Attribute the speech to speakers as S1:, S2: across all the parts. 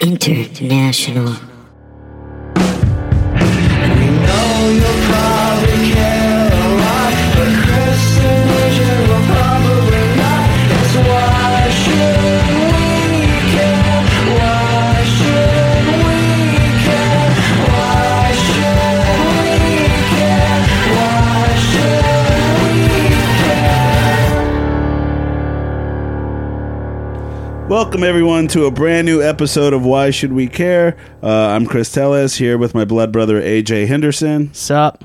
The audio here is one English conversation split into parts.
S1: International.
S2: Welcome, everyone, to a brand new episode of Why Should We Care? Uh, I'm Chris Tellez here with my blood brother AJ Henderson.
S3: Sup?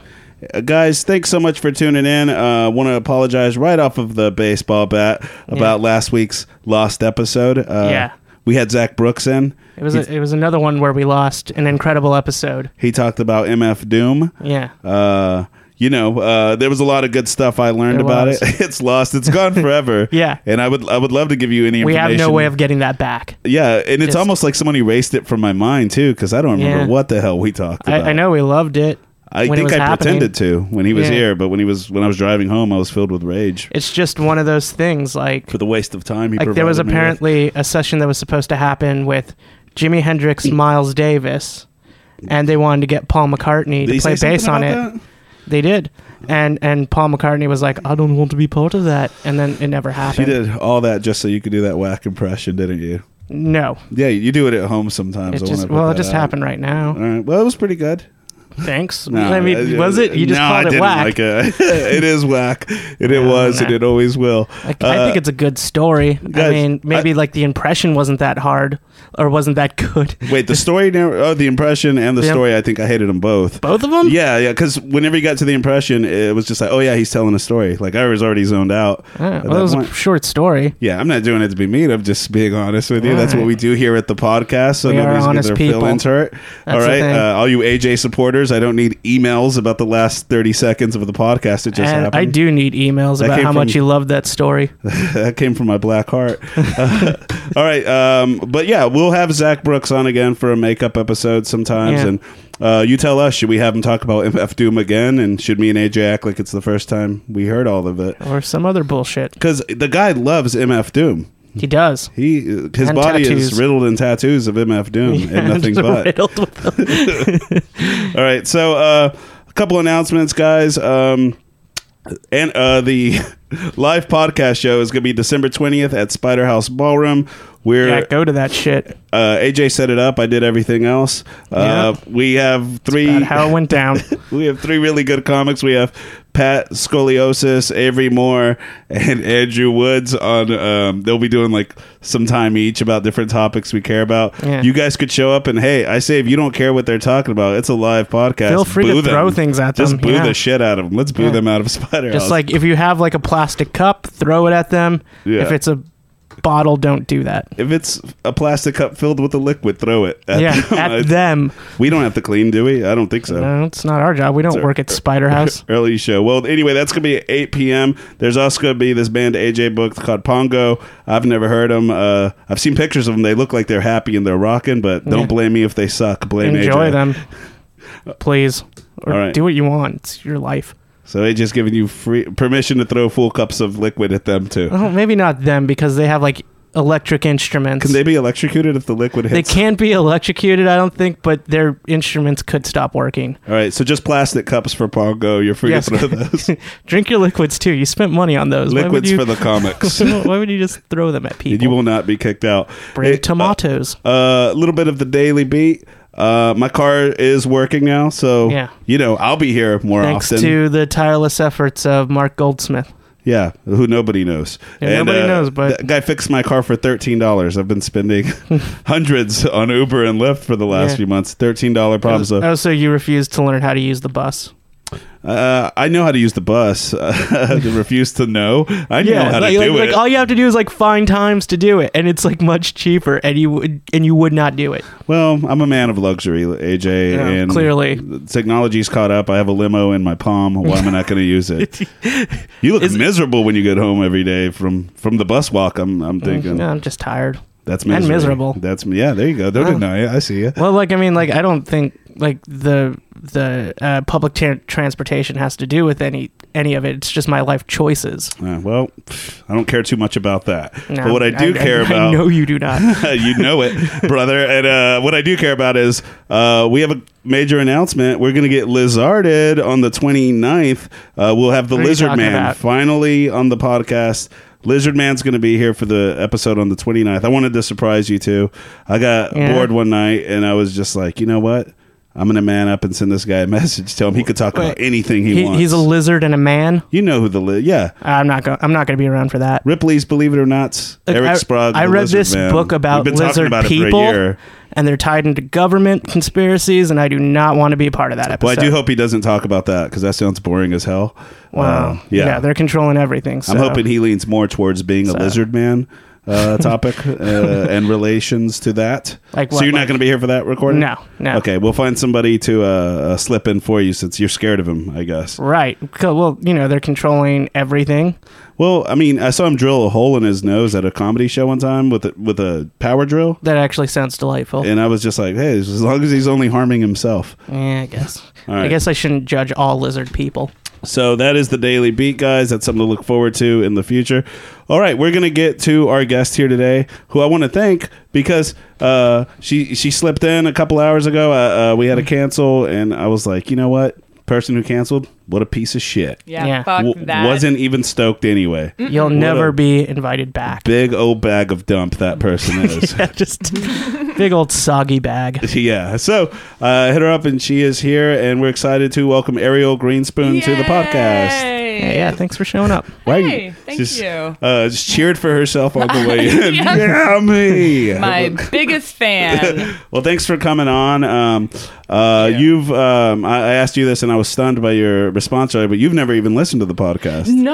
S2: Uh, guys, thanks so much for tuning in. I uh, want to apologize right off of the baseball bat about last week's lost episode. Uh,
S3: Yeah.
S2: We had Zach Brooks in.
S3: It was a, it was another one where we lost an incredible episode.
S2: He talked about MF Doom.
S3: Yeah.
S2: Uh, you know, uh, there was a lot of good stuff I learned
S3: There
S2: about
S3: was.
S2: it. it's lost. It's gone forever.
S3: Yeah.
S2: And I would I would love to give you any
S3: We
S2: information.
S3: have no way of getting that back.
S2: Yeah, and it's
S3: Just-
S2: almost like someone erased it from my mind too, because I don't remember
S3: Yeah.
S2: what the hell we talked
S3: I,
S2: about.
S3: I know we loved it.
S2: I
S3: when it
S2: think
S3: was
S2: I
S3: happening.
S2: pretended to when he was
S3: Yeah.
S2: here, but when he was when I was driving home, I was filled with rage
S3: It's just one of those things like
S2: for the waste of time. He
S3: like there was
S2: provided me with.
S3: apparently a session that was supposed to happen with Jimi Hendrix,
S2: Mm.
S3: Miles Davis, and they wanted to get Paul McCartney
S2: Did he
S3: to play
S2: say
S3: bass on
S2: something
S3: it.
S2: about that?
S3: They did. And and Paul McCartney was like, "I don't want to be part of that." And then it never
S2: You
S3: happened.
S2: did all that just so you could do that whack impression, didn't you?
S3: No.
S2: Yeah, you do it at home sometimes.
S3: It
S2: I
S3: just
S2: wanna put
S3: well, it
S2: that
S3: just
S2: out.
S3: happened right now.
S2: All right. Well, it was pretty good.
S3: Thanks.
S2: No,
S3: I mean,
S2: uh,
S3: was it? You just
S2: no, I
S3: called it
S2: didn't
S3: whack.
S2: Like it. it is whack, and it
S3: No,
S2: was,
S3: no.
S2: and it always will.
S3: I, I think it's a good story.
S2: Uh, guys,
S3: I mean, maybe
S2: I-
S3: like the impression wasn't that hard or wasn't that good.
S2: Wait, the story, narr- oh, the impression, and the
S3: The-
S2: story. I think I hated them both.
S3: Both of them?
S2: Yeah, yeah. Because whenever you got to the impression, it was just like, oh yeah, he's telling a story. Like I was already zoned out.
S3: Ah,
S2: at
S3: well,
S2: that
S3: it was a
S2: point.
S3: short story.
S2: yeah, I'm not doing it to be mean. I'm just being honest with you. That's what
S3: Alright.
S2: we do here at the podcast. So
S3: We are
S2: nobody's
S3: honest
S2: getting their
S3: people.
S2: feelings hurt. all
S3: the
S2: right,
S3: thing.
S2: uh, all you AJ supporters, I don't need emails about the last 30 seconds of the podcast. It just
S3: and
S2: happened.
S3: I do need emails
S2: That
S3: about
S2: came
S3: how much
S2: from-
S3: you loved that story.
S2: that came from my black heart. Uh, all right, um, but yeah, we'll have Zach Brooks on again for a makeup episode sometimes,
S3: Yeah.
S2: and uh, you tell us should we have him talk about MF Doom again, and should me and AJ act like it's the first time we heard all of it?
S3: Or some other bullshit.
S2: Because the guy loves MF Doom.
S3: He does.
S2: He uh, his
S3: And
S2: body is
S3: tattoos.
S2: riddled in tattoos of MF Doom and nothing
S3: Just
S2: but.
S3: riddled with them.
S2: All right, so uh, a couple announcements, guys. Um, and uh, the live podcast show is going to be December twentieth at Spider House Ballroom. We're
S3: yeah, go to that shit.
S2: uh, AJ set it up. I did everything else. Uh, We have three.
S3: About how it went down.
S2: we have three really good comics. We have Pat Scoliosis, Avery Moore, and Andrew Woods on. Um, they'll be doing like some time each about different topics we care about.
S3: Yeah.
S2: You guys could show up and hey, I say if you don't care what they're talking about, it's a live podcast.
S3: Feel free to
S2: Boo them.
S3: throw things at
S2: Just
S3: them,
S2: boo
S3: yeah.
S2: the shit out of them. Let's boo
S3: Yeah.
S2: them out of Spider
S3: Just
S2: House.
S3: like if you have like a plastic cup, throw it at them.
S2: Yeah.
S3: If it's a bottle, don't do that.
S2: if it's a plastic cup filled with a liquid, throw it. at
S3: yeah,
S2: them.
S3: at them.
S2: We don't have to clean, do we? I don't think so.
S3: No, it's not our job. We don't
S2: Sorry.
S3: work at Spider House.
S2: early show. Well, anyway, that's gonna be at 8 p.m. There's also gonna be this band AJ booked called Pongo. I've never heard them. Uh, I've seen pictures of them. They look like they're happy and they're rocking, but don't
S3: Yeah.
S2: blame me if they suck. Blame
S3: enjoy
S2: AJ.
S3: them please or
S2: All right.
S3: do what you want it's your life
S2: So AJ's giving you free permission to throw full cups of liquid at them too.
S3: oh, maybe not them because they have like electric instruments
S2: Can they be electrocuted if the liquid
S3: They
S2: hits?
S3: can't be electrocuted i don't think but their instruments could stop working
S2: All right, so just plastic cups for Pongo. You're free
S3: Yes.
S2: to throw those.
S3: drink your liquids too you spent money on those Why would
S2: Liquids
S3: you-
S2: for the comics.
S3: why would you just throw them at people
S2: you will not be kicked out.
S3: bring
S2: Hey, uh,
S3: tomatoes
S2: a little bit of the daily beat. Uh, my car is working now, so
S3: Yeah.
S2: you know I'll be here more
S3: thanks
S2: often.
S3: to the tireless efforts of mark goldsmith
S2: yeah, who nobody knows. uh,
S3: Yeah, nobody knows, but-
S2: that guy fixed my car for thirteen dollars. I've been spending hundreds on Uber and Lyft for the last
S3: Yeah.
S2: few months. Thirteen dollar problems. though.
S3: oh so you refused to learn how to use the bus
S2: Uh, I know how to use the bus. I refuse to know. I know how
S3: like,
S2: to
S3: like-
S2: do
S3: like,
S2: it.
S3: all you have to do is like find times to do it, and it's like much cheaper, and you would and you would not do it.
S2: Well, I'm a man of luxury, AJ,
S3: Yeah,
S2: and
S3: clearly.
S2: technology's caught up. I have a limo in my palm. Why am I not going to use it? You look
S3: Is-
S2: miserable when you get home every day from from the bus walk. I'm I'm thinking
S3: No, I'm just tired.
S2: that's
S3: Mm, And
S2: misery.
S3: miserable.
S2: That's yeah. There you go. Don't
S3: Oh.
S2: deny it. I see you.
S3: Well, like I mean, like I don't think like the the uh, public tra- transportation has to do with any any of it. It's just my life choices.
S2: Uh, well, I don't care too much about that.
S3: No,
S2: but what I do care about,
S3: I know you do not.
S2: you know it, brother. And uh, what I do care about is uh, we have a major announcement. We're going to get Lizarded on the 29th. Uh, we'll have the
S3: What are you
S2: Lizard
S3: talking
S2: Man
S3: about?
S2: finally on the podcast. Lizard Man's going to be here for the episode on the 29th. I wanted to surprise you too. I got
S3: Yeah.
S2: bored one night and I was just like, you know what? I'm going to man up and send this guy a message. Tell him he could talk about
S3: Wait.
S2: anything he,
S3: He,
S2: wants.
S3: he's a lizard and a man.
S2: you know who the li- yeah
S3: I'm not going. I'm not going to be around for that.
S2: Ripley's Believe It or Not.
S3: Look,
S2: Eric
S3: I-
S2: Sprague.
S3: I
S2: the
S3: read
S2: Lizard
S3: this
S2: Man.
S3: book about
S2: We've been talking
S3: lizard
S2: about it for a
S3: people,
S2: year.
S3: and they're tied into government conspiracies, and I do not want to be a part of that
S2: Well, I
S3: episode.
S2: do hope he doesn't talk about that because that sounds boring as hell.
S3: Wow.
S2: Uh, yeah.
S3: they're controlling everything. So.
S2: I'm hoping he leans more towards being a lizard man uh, topic uh, and relations to that.
S3: Like
S2: so
S3: what,
S2: you're not
S3: like-
S2: going to be here for that recording?
S3: No, no.
S2: Okay, we'll find somebody to uh, uh, slip in for you since you're scared of him, I guess.
S3: Right. Co- Well, you know, they're controlling everything.
S2: Well, I mean, I saw him drill a hole in his nose at a comedy show one time with a, with a power drill.
S3: That actually sounds delightful.
S2: And I was just like, hey, as long as he's only harming himself.
S3: Yeah, I guess.
S2: All right.
S3: I guess I shouldn't judge all lizard people.
S2: So that is the daily beat, guys. That's something to look forward to in the future. All right, we're gonna get to our guest here today, who I want to thank because uh, she she slipped in a couple hours ago. Uh, uh, we had to cancel, and I was like, you know what, person who canceled, what a piece of shit.
S1: Yeah,
S3: Yeah.
S1: fuck
S2: W-
S1: that.
S2: wasn't even stoked anyway.
S3: You'll
S2: a-
S3: never be invited back.
S2: Big old bag of dump that person is.
S3: Yeah, just big old soggy bag.
S2: Yeah. So uh, hit her up, and she is here, and we're excited to welcome Ariel Greenspoon to the podcast.
S3: Yeah, yeah, thanks for showing up.
S2: Why are
S1: Hey, thank
S2: she's,
S1: you.
S2: Uh, just cheered for herself on the way in. yeah, me.
S1: My biggest fan.
S2: well, thanks for coming on. Um, uh, You've um, I, I asked you this, and I was stunned by your response, right? But you've never even listened to the podcast.
S1: No,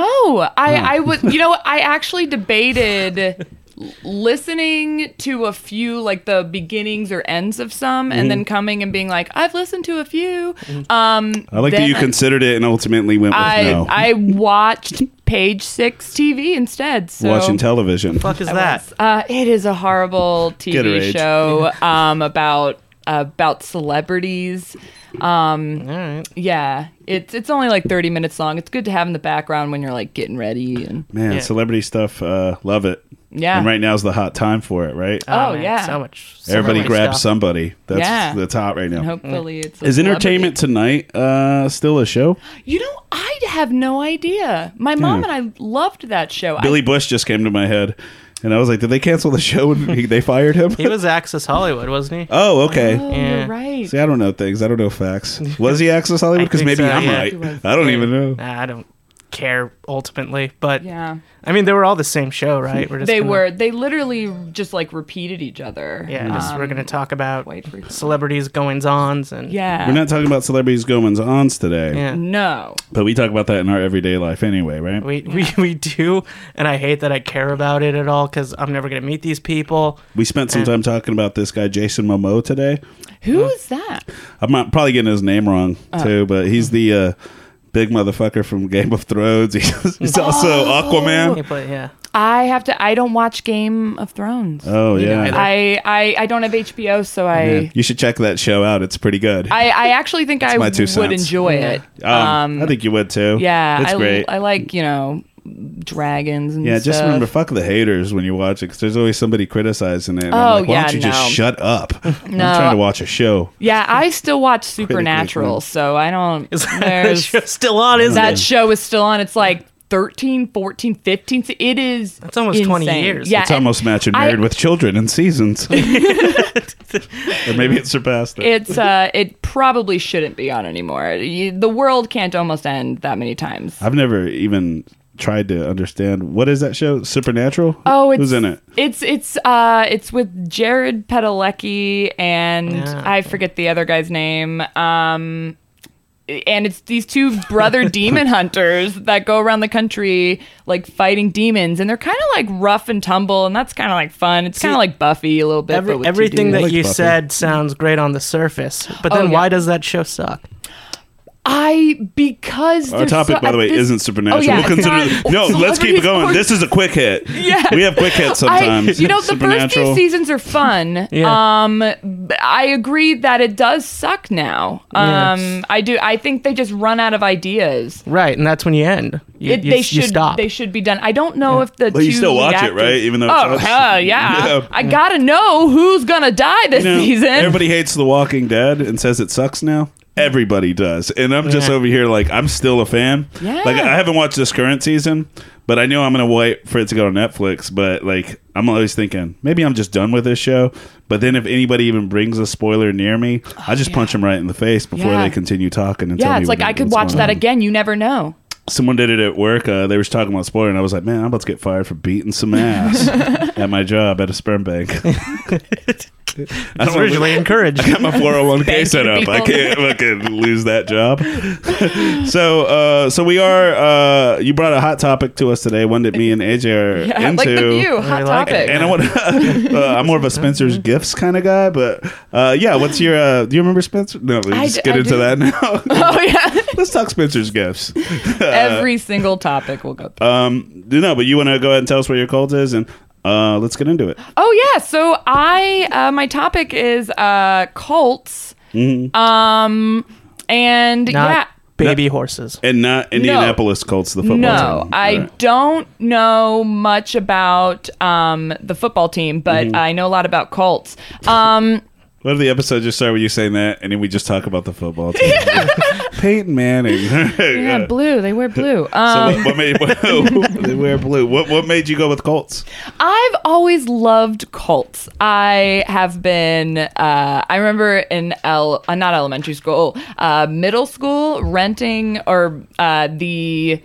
S1: I
S2: Hmm.
S1: I was you know what, I actually debated l- listening to a few like the beginnings or ends of some and
S2: Hmm.
S1: then coming and being like I've listened to a few. Um
S2: I like that
S1: then
S2: you considered it and ultimately went with
S1: I
S2: no.
S1: I watched Page 6 TV instead. So
S2: Watching television.
S3: Fuck is
S1: I
S3: that?
S1: was. Uh, it is a horrible
S2: Gatorade.
S1: TV show um, about about celebrities. Um,
S3: All right.
S1: yeah, it's it's only like thirty minutes long. It's good to have in the background when you're like getting ready and
S2: Man,
S3: Yeah.
S2: celebrity stuff. Uh, love it.
S1: yeah.
S2: And right now is the hot time for it, right?
S1: Oh,
S3: man,
S1: yeah.
S3: so much. so
S2: Everybody
S3: much
S2: grabs
S3: stuff.
S2: somebody. That's
S1: Yeah.
S2: that's hot right
S1: And
S2: now.
S1: hopefully it's a
S2: Mm. Is
S1: celebrity.
S2: entertainment tonight uh, still a show?
S1: You know, I have no idea. My mom and I loved that show.
S2: Hmm. Billy Bush just came to my head, and I was like, "Did they cancel the show and he- they fired him?"
S3: He was Access Hollywood, wasn't he?
S2: oh,
S1: I,
S2: okay.
S1: oh,
S3: Yeah.
S1: you're right.
S2: See, I don't know things. I don't know facts. Was he Access Hollywood?
S3: I
S2: Because
S3: think
S2: maybe
S3: so,
S2: I'm
S3: yeah.
S2: right.
S1: He was.
S2: I don't even know.
S3: Nah, I don't care ultimately, but
S1: Yeah,
S3: I mean, they were all the same show, right? We're just
S1: they
S3: gonna-
S1: were. They literally just like repeated each other. Um,
S3: Yeah, just, we're gonna talk about
S1: wait for-
S3: celebrities goings ons and
S1: yeah. Mm-hmm.
S2: We're not talking about celebrities goings ons today,
S3: yeah.
S1: no.
S2: but we talk about that in our everyday life anyway, right? We,
S3: We, we, we do, and I hate that I care about it at all because I'm never going to meet these people.
S2: spent some time talking about this guy Jason Momoa today.
S1: Who is that?
S2: I'm not, probably getting his name wrong
S3: Oh.
S2: too, but he's the uh, big motherfucker from Game of Thrones. He's, he's also Aquaman.
S3: But yeah,
S1: I have to. I don't watch Game of Thrones.
S2: Oh yeah,
S3: either.
S1: I, I I don't have HBO, so I
S2: Yeah. you should check that show out. It's pretty good.
S1: I, I actually think
S2: my
S1: I would
S2: two cents.
S1: enjoy it.
S2: Um, I think you would too.
S1: Yeah,
S2: it's
S1: I,
S2: great.
S1: I like you know dragons and
S2: yeah, just
S1: stuff.
S2: remember, fuck the haters when you watch it, because there's always somebody criticizing it. And
S1: Oh,
S2: I'm like, why don't
S1: yeah,
S2: you just
S1: no.
S2: shut up?
S1: No.
S2: I'm trying to watch a show.
S1: Yeah, I still watch
S2: Critically.
S1: Supernatural, so I don't.
S3: is that
S1: there's-
S3: show still on? Is
S1: that
S3: that
S1: show is still on. It's like 13, 14, 15. so It is.
S3: That's almost 20
S1: insane.
S3: years.
S1: Yeah,
S2: It's
S1: and
S2: almost matching
S1: I-
S2: Married with Children in seasons, or maybe it surpassed it.
S1: It's uh, it probably shouldn't be on anymore. You, the world can't almost end that many times.
S2: I've never even tried to understand what is that show? Supernatural?
S1: Oh, it's
S2: who's in it?
S1: It's it's uh it's with Jared Padalecki and
S3: Yeah.
S1: I forget the other guy's name. Um and it's these two brother demon hunters that go around the country like fighting demons and they're kind of like rough and tumble and that's kind of like fun. It's kind of like Buffy a little bit
S3: every,
S1: but with two
S3: everything
S1: dudes.
S3: that
S2: like
S3: you
S2: Buffy.
S3: said sounds great on the surface, but then
S1: Oh, yeah.
S3: why does that show suck?
S1: I because
S2: Our
S1: there's
S2: topic,
S1: so-
S2: by the
S1: at
S2: way,
S1: this-
S2: isn't supernatural.
S1: Oh, yeah,
S2: we'll
S1: it's
S2: consider.
S1: not-
S2: no, let's keep
S1: Celebrity
S2: it going.
S1: Sports-
S2: This is a quick hit.
S1: Yes.
S2: we have quick hits sometimes.
S1: I, you know, the first
S2: Supernatural.
S1: few seasons are fun.
S3: Yeah.
S1: Um, b- I agree that it does suck now. Um,
S3: Yes.
S1: I do. I think they just run out of ideas.
S3: Right, and that's when you end. You,
S1: It-
S3: you-
S1: they
S3: you
S1: should.
S3: stop.
S1: They should be done. I don't know if the.
S2: But you
S1: two
S2: still
S1: lead
S2: watch it,
S1: actors-
S2: right? Even though it's
S1: Oh
S2: us.
S1: hell yeah!
S2: Yeah.
S1: I gotta know who's gonna die this
S2: You know,
S1: season.
S2: Everybody hates The Walking Dead and says it sucks now. Everybody does, and I'm just
S3: Yeah.
S2: over here like I'm still a fan.
S1: Yeah.
S2: Like I haven't watched this current season, but I know I'm gonna wait for it to go on Netflix. But like I'm always thinking maybe I'm just done with this show. But then if anybody even brings a spoiler near me, I just punch them right in the face before
S1: Oh, Yeah.
S2: they continue talking and tell
S1: yeah,
S2: me
S1: it's
S2: what-
S1: like I could
S2: what's
S1: watch
S2: going
S1: that
S2: on.
S1: again. You never know.
S2: Someone did it at work. Uh, they was talking about spoiler, and I was like, "Man, I'm about to get fired for beating some ass at my job at a sperm bank." I
S3: It's
S2: don't wanna-
S3: originally encouraged.
S2: got my 401k set up.
S1: people.
S2: I can't fucking lose that job. so, uh, so we are. Uh, you brought a hot topic to us today, one that me and AJ are
S1: Yeah,
S2: into.
S1: like the view, hot
S3: like it.
S1: topic.
S2: And I want. uh, I'm more of a Spencer's gifts kind of guy, but uh, yeah. What's your? Uh, do you remember Spencer? No,
S1: I
S2: let's
S1: d-
S2: get
S1: I
S2: into
S1: do.
S2: that now.
S1: oh yeah,
S2: let's talk Spencer's gifts. Uh,
S1: every single topic will go. through.
S2: Um, no, but you want to go ahead and tell us what your cult is, and uh, let's get into it.
S1: Oh yeah, so I uh, my topic is uh, cults. Um, and
S3: Not
S1: yeah,
S3: baby horses.
S2: And not Indianapolis Colts, the football
S1: no,
S2: team.
S1: I
S2: All right.
S1: don't know much about um, the football team, but I know a lot about cults. Um,
S2: What if the episode just started with you saying that, and then we just talk about the football team? Peyton Manning.
S1: yeah, blue. They wear blue.
S2: So
S1: Um,
S2: what, what made what, they wear blue? What what made you go with Colts?
S1: I've always loved cults. I have been. Uh, I remember in el- uh, not elementary school, uh, middle school, renting or uh, the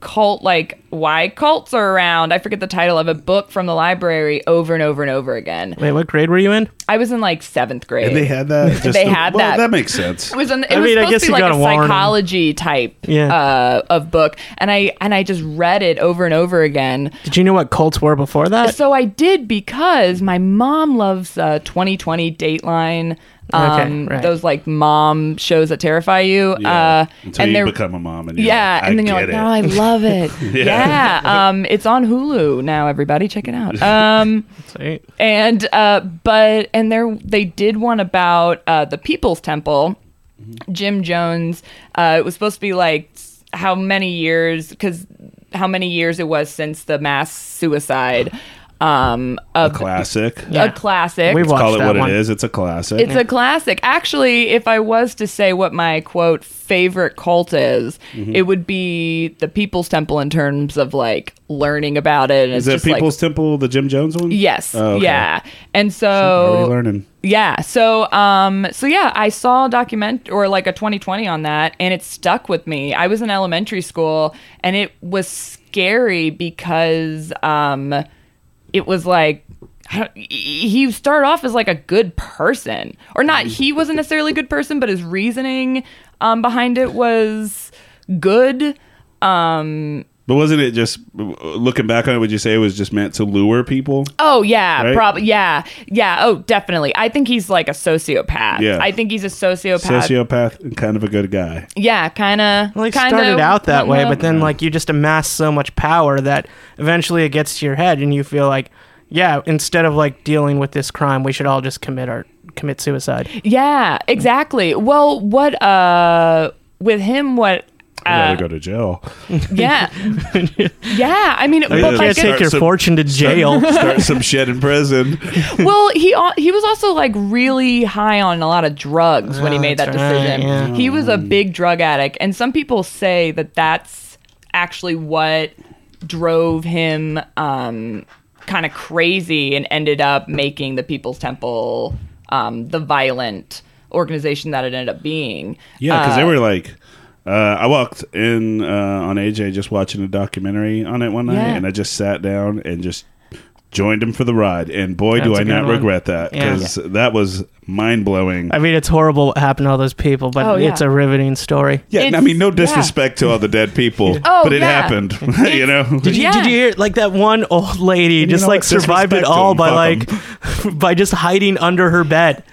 S1: cult like why cults are around. I forget the title of a book from the library over and over and over again.
S3: Wait, what grade were you in?
S1: I was in like seventh grade.
S2: And they had that. Just
S1: They had
S2: well,
S1: that.
S2: That makes sense.
S1: It was, an, it
S3: I
S1: was
S3: mean, I
S1: supposed
S3: guess
S1: to
S3: you
S1: be like
S3: gotta
S1: a
S3: warn 'em.
S1: psychology type
S3: Yeah.
S1: uh, of book, and I and I just read it over and over again.
S3: Did you know what Colts were before that?
S1: So I did because my mom loves uh, 2020 Dateline. Um,
S3: Okay, right.
S1: Those like mom shows that terrify you. Uh,
S2: Until
S1: and
S2: you
S1: they're
S2: become a mom, and you're
S1: yeah,
S2: like, I
S1: and then you're like,
S2: get
S1: no, I love it. yeah, um, it's on Hulu now. Everybody, check it out. Um,
S3: Sweet.
S1: and uh, but and there they did one about uh, the People's Temple.
S2: Mm-hmm.
S1: Jim Jones. Uh, it was supposed to be like s- how many years because how many years it was since the mass suicide um, of
S2: it. classic.
S1: a classic.
S3: We watched
S2: Call it
S3: that
S2: what
S3: one.
S2: it is. It's a classic.
S1: It's a classic. Actually, if I was to say what my quote favorite cult is,
S2: Mm-hmm.
S1: it would be the People's Temple in terms of like learning about it. And
S2: Is
S1: it's
S2: that
S1: just like-
S2: People's Temple, the Jim Jones one?
S1: yes,
S2: Oh, okay.
S1: yeah, and
S2: Already
S1: so
S2: learning.
S1: yeah, so um, so yeah, I saw a document or like a 2020 on that, and it stuck with me. I was in elementary school, and it was scary because um, it was like I don't- he he started off as like a good person, or not. He wasn't necessarily a good person, but his reasoning um, behind it was good.
S2: But wasn't it just looking back on it? Would you say it was just meant to lure people?
S1: Oh yeah,
S2: Right?
S1: probably yeah, yeah. Oh, definitely. I think he's like a sociopath.
S2: Yeah.
S1: I think he's a sociopath.
S2: Sociopath and kind of a good guy.
S1: Yeah, kind of.
S3: Well, he
S1: kinda
S3: started out that way,
S1: wanna-
S3: but then like you just amass so much power that eventually it gets to your head, and you feel like, yeah, instead of like dealing with this crime, we should all just commit our commit suicide.
S1: yeah, exactly. Well, what uh with him what
S2: I'd rather go
S1: uh,
S2: to jail.
S1: yeah. yeah, I mean
S2: Yeah,
S1: but
S2: that's
S3: you can't
S1: like
S2: start
S3: take your
S2: some-
S3: fortune to jail.
S2: Start some shit in prison.
S1: well, he al- he was also like really high on a lot of drugs when he
S3: Oh,
S1: made that
S3: that's right,
S1: decision.
S3: yeah.
S1: He was
S2: Hmm.
S1: a big drug addict, and some people say that that's actually what drove him um, kind of crazy and ended up making the People's Temple um, the violent organization that it ended up being.
S2: Yeah, because
S1: Uh,
S2: they were like, uh, I walked in uh, on AJ just watching a documentary on it one night,
S1: Yeah.
S2: and I just sat down and just joined him for the ride, and boy, do
S3: That's
S2: I
S3: a good
S2: not
S3: one.
S2: regret that
S3: Yeah.
S2: because that was mind blowing.
S3: I mean, it's horrible what happened to all those people, but
S1: Oh, yeah.
S3: it's a riveting story.
S2: Yeah, and I
S1: It's-
S2: mean, no
S1: yeah.
S2: disrespect to all the dead people,
S1: Oh,
S2: but it
S1: yeah.
S2: happened. you know,
S3: Did you,
S1: Yeah.
S3: did you hear like that one old lady
S2: you
S3: just
S2: know
S3: like
S2: what?
S3: survived it
S2: Disrespect
S3: all
S2: to
S3: by
S2: 'em,
S3: like by just hiding under her bed?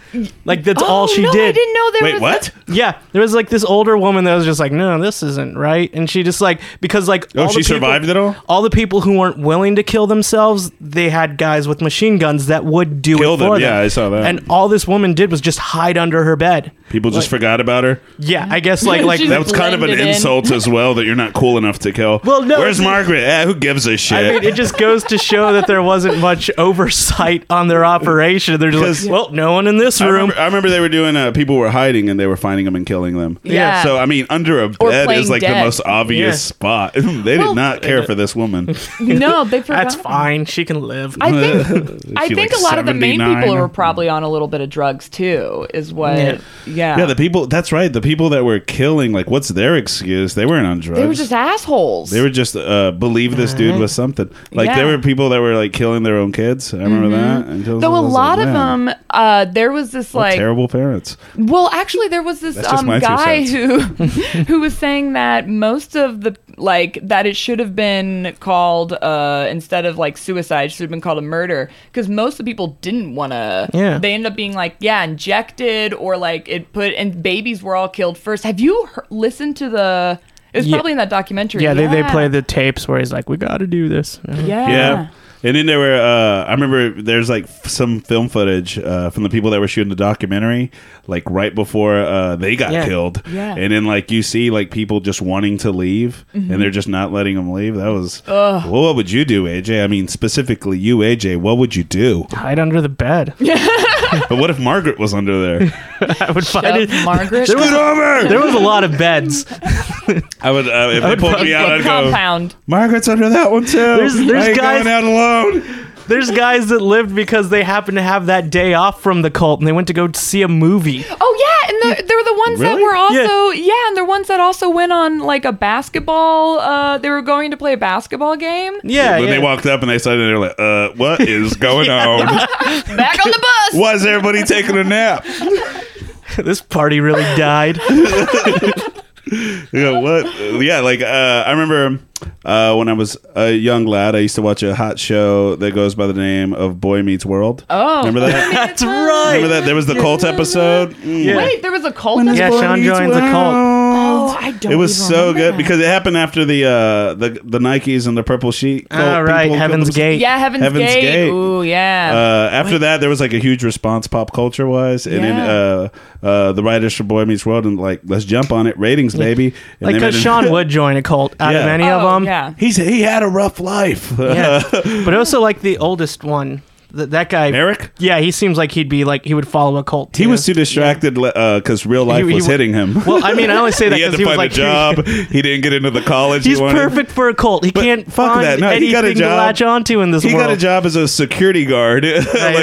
S3: Like that's all she
S1: oh, no,
S3: did.
S1: I didn't know there
S2: wait,
S1: was
S2: what? Oh,
S3: Yeah, there was like this older woman that was just like, "No, this isn't right," and she just like because like
S2: Oh,
S3: all
S2: she
S3: the people,
S2: survived it all?
S3: All the people who weren't willing to kill themselves, they had guys with machine guns that would do
S2: Kill
S3: it
S2: them,
S3: for them.
S2: yeah, I saw that.
S3: And all this woman did was just hide under her bed.
S2: People just forgot about her.
S3: Yeah, I guess like like
S1: She's
S2: That was kind of an
S1: Blended in.
S2: insult as well that you're not cool enough to kill.
S3: Well, no,
S2: Where's
S3: see-
S2: Margaret? Eh, who gives a shit?
S3: I mean, it just goes to show that there wasn't much oversight on their operation. They're just
S2: 'Cause-
S3: like, well, no one in this
S2: I
S3: room.
S2: remember, I remember they were doing uh, people were hiding and they were finding them and killing them.
S1: Yeah.
S2: So I mean, under a
S1: Or
S2: bed is
S1: playing
S2: like the
S1: dead.
S2: most obvious
S3: Yeah.
S2: spot. they did
S1: Well-
S2: not care for this woman.
S1: No, they forgot.
S3: That's fine. She can live.
S1: I think I
S2: She,
S1: think
S2: like,
S1: a lot of the main
S2: 79.
S1: people were probably on a little bit of drugs too. Is what?
S3: Yeah.
S1: Yeah.
S2: yeah, the people. That's right. The people that were killing. Like, what's their excuse? They weren't on drugs.
S1: they were just assholes.
S2: They were just uh, believe this dude was something. Like there
S1: Yeah. Mm-hmm.
S2: were people that were like killing their own kids. I remember that. And killing
S1: Though a
S2: themselves.
S1: lot
S2: Like,
S1: of
S2: man,
S1: them, uh, there was this like
S2: terrible parents.
S1: Well, actually, there was this
S2: That's just
S1: um,
S2: my two
S1: guy
S2: cents.
S1: who who was saying that most of the like that it should have been called uh, instead of like suicide, it should have been called a murder because most of the people didn't want to.
S3: Yeah.
S1: they ended up being like yeah, injected or like it put and babies were all killed first. Have you he- listened to the? It was
S3: Yeah.
S1: probably in that documentary.
S3: yeah, they, they play the tapes where he's like, we got to do this.
S1: yeah.
S3: Uh-huh.
S2: Yeah. And then there were, uh, I remember there's like f- some film footage uh, from the people that were shooting the documentary, like right before uh, they got
S3: Yeah. Mm-hmm.
S2: killed.
S1: Yeah.
S2: And then like you see like people just wanting to leave and they're just not letting them leave. That was, well, what would you do, AJ? I mean, specifically you, AJ, what would you do?
S3: Hide under the bed.
S2: but what if Margaret was under there?
S3: I would find
S1: Shove
S3: it.
S1: Margaret.
S3: There was,
S2: Get over!
S3: there was a lot of beds.
S2: I would, uh, if they pulled me out, I'd go,
S1: compound.
S2: Margaret's under that one too.
S3: There's- there's
S2: I ain't
S3: guys-
S2: going out alone.
S3: There's guys that lived because they happened to have that day off from the cult and they went to go see a movie.
S1: Oh yeah, and the, they were the ones
S2: Really?
S1: that were
S3: Yeah.
S1: also yeah. and they're ones that also went on like a basketball. Uh, they were going to play a basketball game
S3: Yeah,
S2: When
S3: yeah.
S2: they walked up and they started, they were like, uh, what is going on?
S1: back on the bus.
S2: Why is everybody taking a nap?
S3: this party really died.
S2: Yeah, what? Yeah, like uh, I remember uh, when I was a young lad, I used to watch a hot show that goes by the name of Boy Meets World.
S1: Oh,
S2: remember that?
S3: That's right.
S2: remember that? There was the cult episode. Mm.
S3: Yeah.
S1: Wait, there was a cult.
S3: Yeah,
S1: involved?
S3: Sean joins the cult.
S1: Oh, I don't.
S2: It was
S1: even
S2: so
S1: remember
S2: good
S1: that.
S2: because it happened after the uh, the the Nikes and the Purple Sheet. cult
S3: All Ah, right,
S2: people killed
S3: Heaven's
S2: themselves.
S3: Gate.
S1: yeah, Heaven's,
S2: Heaven's
S1: Gate.
S2: Gate.
S1: Ooh, yeah.
S2: Uh, after that, there was like a huge response pop culture wise, and then uh, uh, the writers for Boy Meets World and like let's jump on it, ratings, baby. And
S3: Like,
S2: they
S3: because
S2: made an-
S3: Sean would join a cult out of
S2: Yeah.
S3: any
S1: oh,
S3: of them.
S1: Yeah.
S2: He's he had a rough life.
S3: Yeah. but also, like, the oldest one. Th- that guy.
S2: Eric?
S3: Yeah, he seems like he'd be like, he would follow a cult.
S2: He
S3: too.
S2: was too distracted because real life
S3: He- he
S2: was
S3: wa-
S2: hitting him.
S3: Well, I mean, I only say that
S2: he had
S3: because
S2: to
S3: he, was
S2: find
S3: like,
S2: a job. he didn't get into the college.
S3: he's
S2: he wanted.
S3: perfect for a cult. He can't
S2: fuck
S3: find
S2: that. No,
S3: anything
S2: he got a
S3: to
S2: job.
S3: latch onto in this
S2: He
S3: world.
S2: got a job as a security guard. like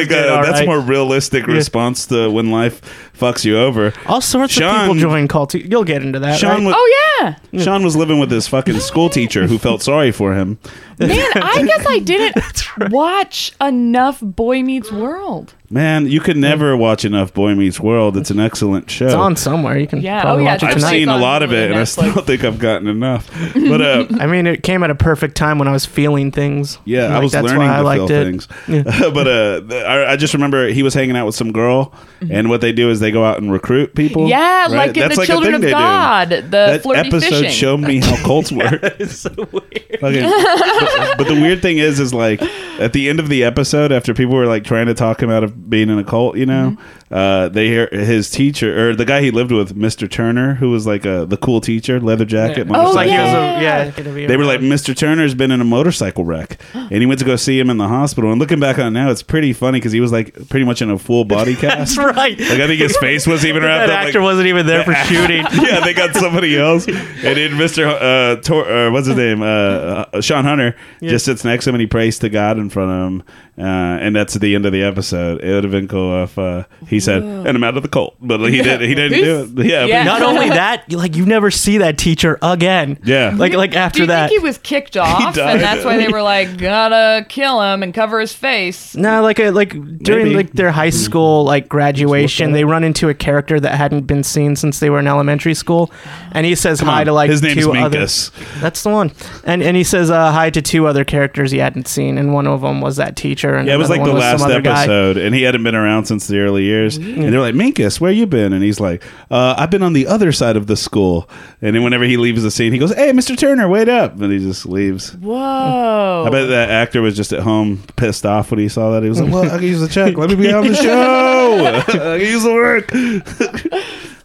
S3: good,
S2: uh,
S3: all
S2: that's
S3: right.
S2: a more realistic response to when life fucks you over.
S3: All sorts
S2: Sean-
S3: of people join cults. You'll get into that.
S2: Sean
S3: right?
S2: was
S1: Oh yeah.
S2: Sean was living with his fucking school teacher who felt sorry for him.
S1: Man, I guess I didn't watch enough Boy Meets World.
S2: Man, you could never watch enough Boy Meets World. It's an excellent show.
S3: It's on somewhere. You can
S1: Yeah,
S3: probably
S1: oh, yeah,
S3: watch it
S1: it's
S2: I've
S1: Tonight.
S2: seen
S3: tonight.
S2: a
S1: on
S2: lot of it, and I
S1: Netflix.
S2: still don't think I've gotten enough. But uh,
S3: I mean, it came at a perfect time when I was feeling things.
S2: Yeah, I
S3: Like,
S2: was
S3: that's
S2: learning
S3: why I
S2: to
S3: liked
S2: feel
S3: it.
S2: things.
S3: Yeah.
S2: but uh, th- I, I just remember he was hanging out with some girl, and what they do is they go out and recruit people.
S1: Mm-hmm. Yeah,
S2: right?
S1: like in
S2: That's
S1: the
S2: a
S1: Children
S2: thing
S1: of
S2: they do.
S1: God, the
S2: That
S1: flirty
S2: episode
S1: fishing.
S2: showed me how cults work.
S3: It's so weird.
S2: Fucking- but, but the weird thing is, is like at the end of the episode, after people were like trying to talk him out of being in a cult, you know,
S1: Mm-hmm.
S2: uh, they hear his teacher or the guy he lived with, Mr. Turner, who was like a, the cool teacher, leather jacket,
S1: Oh,
S3: It's
S2: motorcycle.
S3: like it was
S1: yeah.
S3: a- yeah, gonna be
S2: They were
S3: around.
S2: like, Mr. Turner's been in a motorcycle wreck, and he went to go see him in the hospital. And looking back on it now, it's pretty funny because he was like pretty much in a full body
S3: That's
S2: cast.
S3: right.
S2: Like I think his face was even wrapped
S3: that
S2: up.
S3: actor
S2: like,
S3: wasn't even there for shooting.
S2: yeah, they got somebody else, and then Mr. Uh, Tor- uh, what's his name? Uh, uh, Sean Hunter just sits next to him and he prays to God in front of him, uh, and that's the end of the episode. And it would have been cool if uh, he said, "And I'm out of the cult," but he did. He didn't do it. Yeah,
S1: Yeah.
S2: but-
S3: Not only that, you- like you never see that teacher again.
S2: Yeah.
S3: Like like
S1: Do
S3: after
S1: you
S3: that.
S1: think he was kicked off,
S2: died.
S1: and that's why they were like, "Gotta kill him and cover his face"?
S3: No, like a, like during
S2: Maybe.
S3: like their high school like graduation,
S2: up.
S3: they run into a character that hadn't been seen since they were in elementary school, and he says hi
S2: on.
S3: to like
S2: His name's
S3: two other.
S2: Minkus.
S3: That's the one, and and he says uh, hi to two other characters he hadn't seen, and one of them was that teacher, and
S2: Yeah, it was
S3: another
S2: like
S3: one
S2: the last
S3: some other guy. Mm-hmm.
S2: episode, and he hadn't been around since the early years. And they're like, "Minkus, where you been?" And he's like, uh, "I've been on the other side of the school." And then whenever he leaves the scene, he goes, "Hey, Mr. Turner, wait up!" And he just leaves.
S1: Whoa!
S2: I bet that actor was just at home pissed off when he saw that. He was like, "Well, I can use the check. Let me be on the show. I can use the work.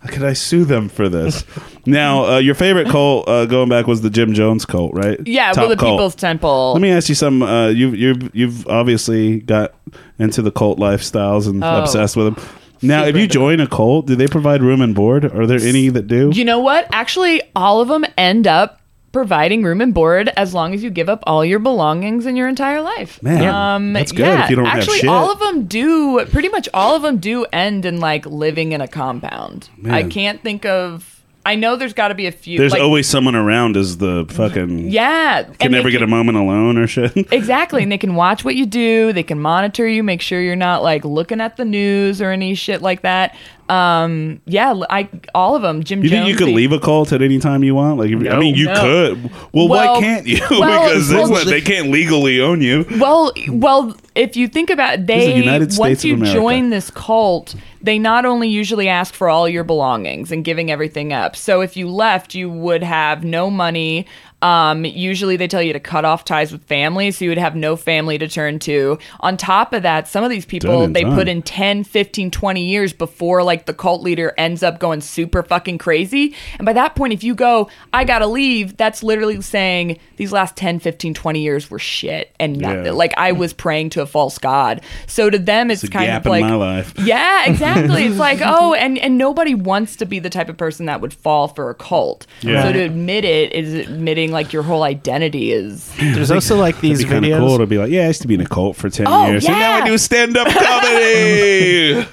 S2: Could I sue them for this?" Now, uh, your favorite cult uh, going back was the Jim Jones cult, right?
S1: yeah,
S2: Top
S1: well, the
S2: cult.
S1: People's Temple.
S2: Let me ask you some. Uh, you've you've you've obviously got into the cult lifestyles and
S1: Oh.
S2: obsessed with them. Now, if you join a cult, do they provide room and board? Are there any that do?
S1: You know what? Actually, all of them end up providing room and board as long as you give up all your belongings in your entire life. Um,
S2: Man, that's good if you don't have
S1: actually,
S2: shit.
S1: all of them do. Pretty much all of them do end in like living in a compound. I
S2: Man.
S1: can't think of. I know there's got to be a few.
S2: There's
S1: like,
S2: always someone around. Is the fucking
S1: yeah. Can
S2: Can never get a moment alone or shit.
S1: Exactly, and they can watch what you do. They can monitor you, make sure you're not like looking at the news or any shit like that. Um, yeah, I all of them. Jim.
S2: You think you could
S1: Jonesy.
S2: leave a cult at any time you want? Like, if- I mean, you
S1: No.
S2: could. Well, why
S1: Well-
S2: can't you?
S1: well,
S2: because this
S1: well,
S2: one- they can't legally own you.
S1: Well, well, if you think about it,
S2: is the
S1: they
S2: United States
S1: once
S2: of
S1: you
S2: America.
S1: join this cult, they not only usually ask for all your belongings and giving everything up. So if you left, you would have no money. Um, usually they tell you to cut off ties with family, so you would have no family to turn to. On top of that, some of these people
S2: in
S1: they
S2: time.
S1: put in 10, 15, 20 years before like the cult leader ends up going super fucking crazy. And by that point, if you go, I gotta leave, that's literally saying these last 10, 15, 20 years were shit and nothing.
S2: Yeah.
S1: Like I was praying to a false god. So to them, it's,
S2: It's a
S1: kind
S2: gap
S1: of like
S2: in my life.
S1: yeah, exactly. it's like, oh, and, and nobody wants to be the type of person that would fall for a cult.
S2: Yeah.
S1: So to admit it is admitting like your whole identity is.
S3: There's also like these
S2: It'd be kind of
S3: videos.
S2: cool to be like, yeah, I used to be in a cult for 10
S1: Oh,
S2: years. And now I
S1: yeah.
S2: do stand up comedy.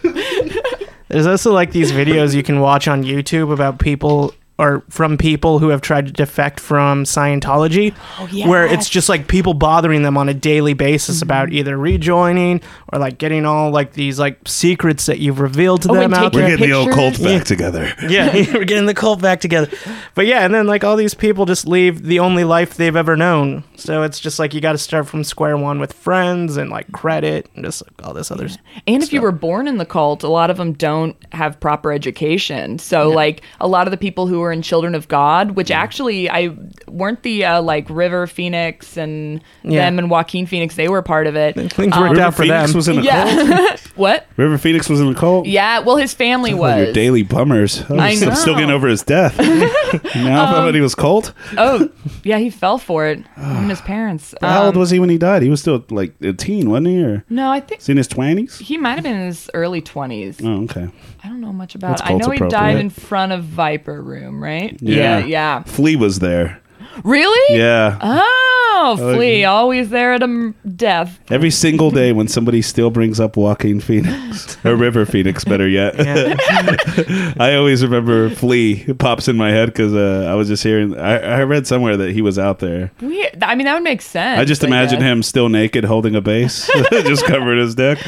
S3: There's also like these videos you can watch on YouTube about people or from people who have tried to defect from Scientology,
S1: Oh,
S3: where it's
S1: yes.
S3: just like people bothering them on a daily basis
S1: Mm-hmm.
S3: about either rejoining or like getting all like these like secrets that you've revealed to
S1: Oh,
S3: them
S1: and
S3: out
S1: taking
S3: there.
S1: We're getting the old Pictures? cult
S2: back together.
S3: yeah, we're getting the cult back together. But yeah, and then like all these people just leave the only life they've ever known. So it's just like you got to start from square one with friends and like credit and just like, all this other s-
S1: And if you were born in the cult, a lot of them don't have proper education. So, like a lot of the people who were in Children of God, which actually I weren't the uh, like River Phoenix and
S3: Yeah.
S1: them and Joaquin Phoenix, they were part of it. Um,
S3: things worked
S2: River
S3: out for
S2: Um, Phoenix
S3: them.
S2: was in a cult?
S1: Yeah. what?
S2: River Phoenix was in a cult?
S1: Yeah. Well, his family
S2: Oh, your
S1: was.
S2: daily bummers. I
S1: I
S2: am still
S1: know.
S2: getting over his death. now I found
S3: Um,
S2: out he was cult.
S1: oh, yeah. He fell for it. Him and his parents.
S2: How old
S1: Um,
S2: was he when he died? He was still like a teen, wasn't he? Or
S1: No, I think
S2: was he in his 20s?
S1: he might have been in his early twenties.
S2: Oh, okay.
S1: I don't know much about.
S2: That's
S1: it. I know he
S2: cult
S1: died
S2: appropriate.
S1: in front of Viper Room, right?
S2: Yeah.
S1: Yeah. yeah.
S2: Flea was there.
S1: Really?
S2: Yeah.
S3: Uh,
S1: Oh,
S2: Oh,
S1: Flea,
S2: yeah.
S1: always there at a m- death.
S2: Every single day when somebody still brings up Joaquin Phoenix or River Phoenix, better yet,
S3: Yeah.
S2: I always remember Flea pops in my head because uh, I was just hearing. I, I read somewhere that he was out there.
S1: We, I mean, that would make sense.
S2: I just imagine
S1: guess.
S2: him still naked, holding a bass, just covering his dick.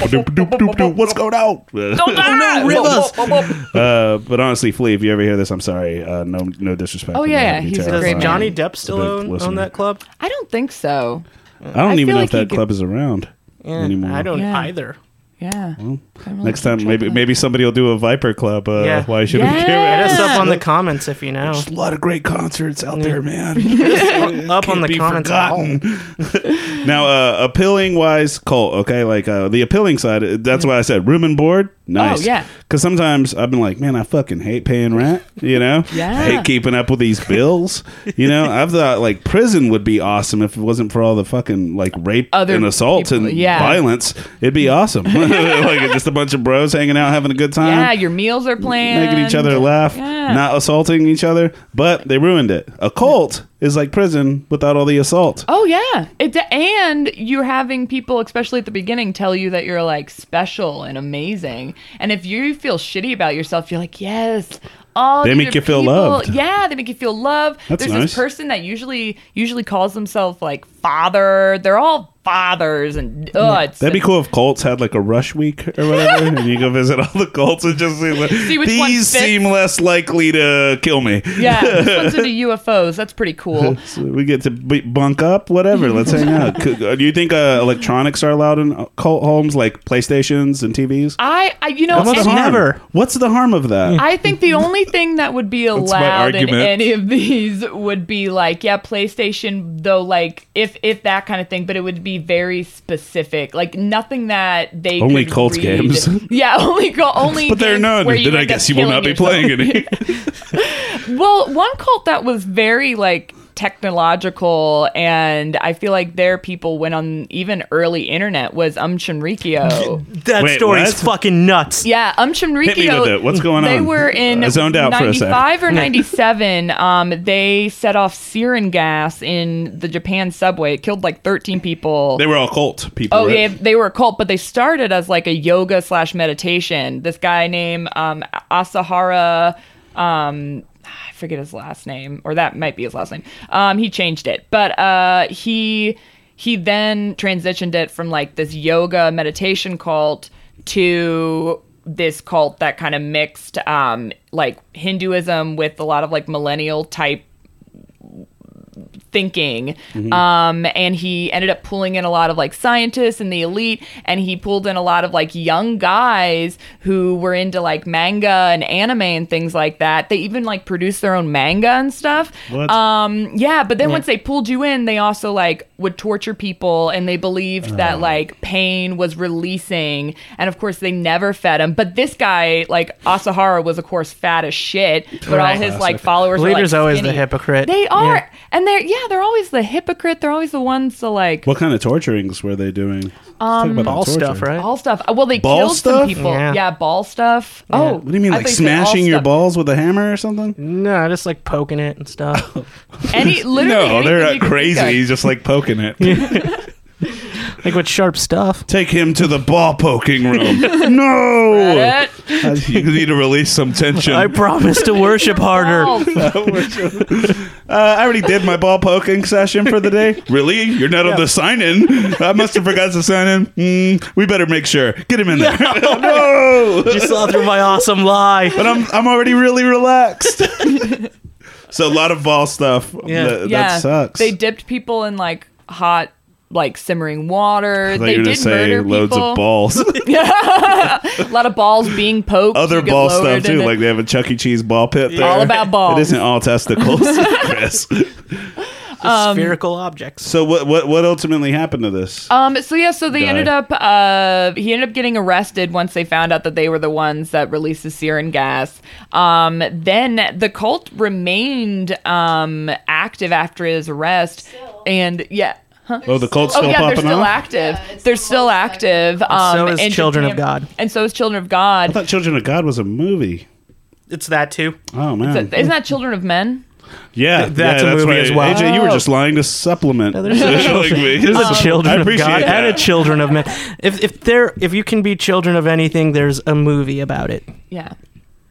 S2: What's going on?
S1: Don't die!
S2: Uh, but honestly, Flea, if you ever hear this, I'm sorry. Uh, no, no disrespect.
S1: Oh,
S2: I'm
S1: yeah,
S2: gonna
S1: yeah,
S2: be
S1: he's a
S2: terrified.
S1: great
S3: Does
S1: man.
S3: Johnny Depp still
S2: big
S3: own,
S2: listener.
S3: own that club?
S1: I don't think so.
S2: I don't
S1: I
S2: even
S1: feel
S2: know
S1: like
S2: if
S1: he
S2: that
S1: could-
S2: club is around anymore.
S3: I don't
S1: Yeah.
S3: either.
S1: Yeah. Don't really
S2: Next
S1: keep
S2: time,
S1: track
S2: maybe
S1: of that.
S2: maybe somebody will do a Viper Club. Uh,
S3: Yeah.
S2: Why should we
S1: Yeah.
S2: care?
S3: Hit us up
S1: Yeah.
S3: on the comments if you know.
S2: a lot of great concerts out there, man.
S3: up on the comments. at all.
S2: now, uh, appealing wise, cult. Okay, like uh, the appealing side. uh, That's why I said room and board. Nice.
S1: Oh, yeah.
S2: Because sometimes I've been like, man, I fucking hate paying rent. You know.
S1: Yeah.
S2: I hate keeping up with these bills. you know, I've thought like prison would be awesome if it wasn't for all the fucking like rape
S1: Other
S2: and assault
S1: people-
S2: and
S1: yeah.
S2: violence. It'd be awesome. like just a bunch of bros hanging out having a good time
S1: Yeah, your meals are planned.
S2: making each other laugh,
S1: Yeah.
S2: not assaulting each other, but they ruined it. A cult is like prison without all the assault.
S1: Oh yeah, it, and you're having people, especially at the beginning, tell you that you're like special and amazing. And if you feel shitty about yourself, you're like, yes, all
S2: They
S1: these
S2: make
S1: are
S2: you feel
S1: people-
S2: loved.
S1: Yeah, they make you feel love.
S2: That's
S1: There's
S2: nice.
S1: this person that usually usually calls themselves like father. They're all fathers, and oh, it's
S2: That'd be cool if cults had like a rush week or whatever, and you go visit all the cults and just see, like,
S1: which one
S2: these
S1: fits."
S2: seem less likely to kill me.
S1: yeah. This one's into UFOs. That's pretty cool.
S2: So we get to b- bunk up, whatever. Let's hang out. Could- uh, Do you think uh, electronics are allowed in uh, cult homes, like PlayStations and TVs?
S1: I, I you know,
S3: Almost
S1: and-
S2: Harm.
S3: Never.
S2: What's the harm of that?
S1: I think the only thing that would be
S2: my
S1: allowed in
S2: argument.
S1: any of these would be like, yeah, PlayStation though, like if if that kind of thing, but it would be very specific, like nothing that they
S2: Only
S1: could
S2: cult
S1: read.
S2: games.
S1: Yeah, only go only.
S2: but there are
S1: games
S2: none.
S1: where you
S2: Then I
S1: end up
S2: guess you will
S1: killing
S2: not be
S1: yourself.
S2: playing any.
S1: Well, one cult that was very like technological and I feel like their people went on even early internet was Um Shinrikyo.
S3: That
S2: Wait,
S3: story's
S2: what?
S3: fucking nuts.
S1: Yeah, Um Shinrikyo.
S2: Hit me with it. What's going
S1: They
S2: on?
S1: were in
S2: I zoned out for a sec.
S1: 95 or 97. Um, they set off sarin gas in the Japan subway. It killed like 13 people.
S2: they were all cult people.
S1: Oh,
S2: right?
S1: yeah, they were a cult, but they started as like a yoga slash meditation. This guy named um, Asahara, um, I forget his last name, or that might be his last name. Um, he changed it, but uh, he he then transitioned it from like this yoga meditation cult to this cult that kind of mixed um, like Hinduism with a lot of like millennial type thinking.
S3: Mm-hmm.
S1: Um, and he ended up pulling in a lot of like scientists and the elite, and he pulled in a lot of like young guys who were into like manga and anime and things like that. They even like produced their own manga and stuff.
S2: What?
S1: Um, yeah, but then once they pulled you in, they also like would torture people, and they believed
S3: Uh.
S1: that like pain was releasing, and of course they never fed him. But this guy, like Asahara, was of course fat as shit, but
S3: Right.
S1: all his like followers. were,
S3: Leader's
S1: like,
S3: always the
S1: skinny.
S3: hypocrite.
S1: They
S3: Yeah.
S1: are, and they're yeah, they're always the hypocrite. They're always the ones to like
S2: What kind of torturings were they doing? Um,
S3: Ball stuff, right?
S1: ball stuff. Uh, Well, they
S2: Ball
S1: killed
S2: stuff?
S1: some people.
S3: Yeah.
S1: Yeah, ball stuff. Oh,
S2: What do you mean,
S1: I
S2: like
S1: thought said all
S2: smashing your
S1: stuff.
S2: balls with a hammer or something?
S3: No, just like poking it and stuff.
S1: Any literally
S2: No,
S1: anything
S2: they're
S1: you
S2: not
S1: can think
S2: crazy.
S1: of.
S2: He's just like poking it.
S3: like with sharp stuff.
S2: Take him to the ball poking room. no,
S1: That-
S2: you need to release some tension.
S3: I promise to worship harder.
S1: balls.
S2: Uh, I already did my ball poking session for the day. Really? You're not on the sign in? I must have forgot to sign in. Mm, we better make sure. Get him in there. no.
S3: You saw through my awesome lie.
S2: But I'm I'm already really relaxed. so a lot of ball stuff.
S3: Yeah.
S2: Th- That,
S1: yeah,
S2: sucks.
S1: They dipped people in like hot, like simmering water.
S2: I thought
S1: they
S2: you were
S1: did
S2: to say
S1: murder
S2: loads
S1: people.
S2: of balls.
S1: a lot of balls being poked.
S2: Other
S1: you get
S2: ball
S1: lowered
S2: stuff too,
S1: in it.
S2: like they have a Chuck E. Cheese ball pit there.
S1: All about balls.
S2: It isn't all testicles, Chris.
S3: spherical objects.
S2: So what what what ultimately happened to this?
S1: Um. So yeah. So they
S2: Guy.
S1: ended up. Uh. He ended up getting arrested once they found out that they were the ones that released the sarin gas. Um. Then the cult remained um active after his arrest, and yeah. Huh?
S2: oh, the cult's
S1: Oh
S2: still
S1: yeah, they're
S2: popping
S1: still
S2: off.
S1: active.
S4: Yeah, it's
S1: they're
S4: still
S1: still
S4: active.
S1: active. Um,
S3: so is
S1: in
S3: Children of
S1: Japan.
S3: God.
S1: and so is Children of
S2: I
S1: God.
S2: thought Children of God was a movie.
S3: It's that too.
S2: Oh man,
S1: Isn't that Children of Men?
S2: yeah,
S3: Th- that's
S2: yeah,
S3: a movie as well.
S2: AJ, you were
S1: Oh.
S2: just lying to supplement.
S3: there's a
S2: Like me. Um,
S3: There's
S2: I
S3: a children of
S2: appreciate
S3: God
S2: that.
S3: and a children of men. If if there if you can be children of anything, there's a movie about it.
S1: Yeah.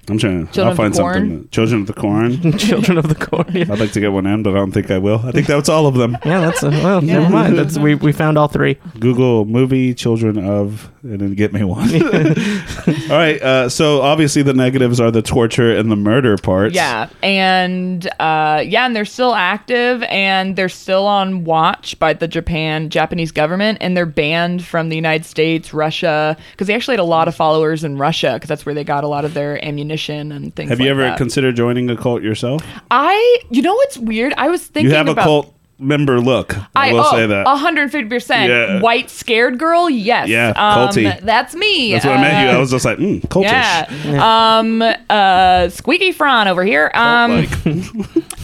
S2: I'm trying. to
S1: Children
S2: I'll
S1: of
S2: find
S1: the Corn?
S2: something. Children of the Corn.
S3: children of the corn. Yeah,
S2: I'd like to get one in, but I don't think I will. I think that's all of them.
S3: yeah that's a, well. Never mind. That's we we found all three.
S2: Google movie Children of, and then get me one. all right. Uh, so obviously the negatives are the torture and the murder parts.
S1: Yeah, and uh, yeah, and they're still active, and they're still on watch by the Japan Japanese government, and they're banned from the United States, Russia, because they actually had a lot of followers in Russia, because that's where they got a lot of their ammunition and things.
S2: Have you
S1: like
S2: ever
S1: that.
S2: considered joining a cult yourself?
S1: I, you know, what's weird? I was thinking
S2: you have
S1: about,
S2: a cult member look. I,
S1: I
S2: will
S1: oh,
S2: say that.
S1: 150%.
S2: Yeah.
S1: White scared girl? Yes.
S2: Yeah,
S1: um,
S2: culty.
S1: That's me.
S2: That's what I meant. You.
S1: Uh,
S2: I was just like, mm, cultish. Oh,
S1: Yeah. Um. Uh. Squeaky Fran over here. Um.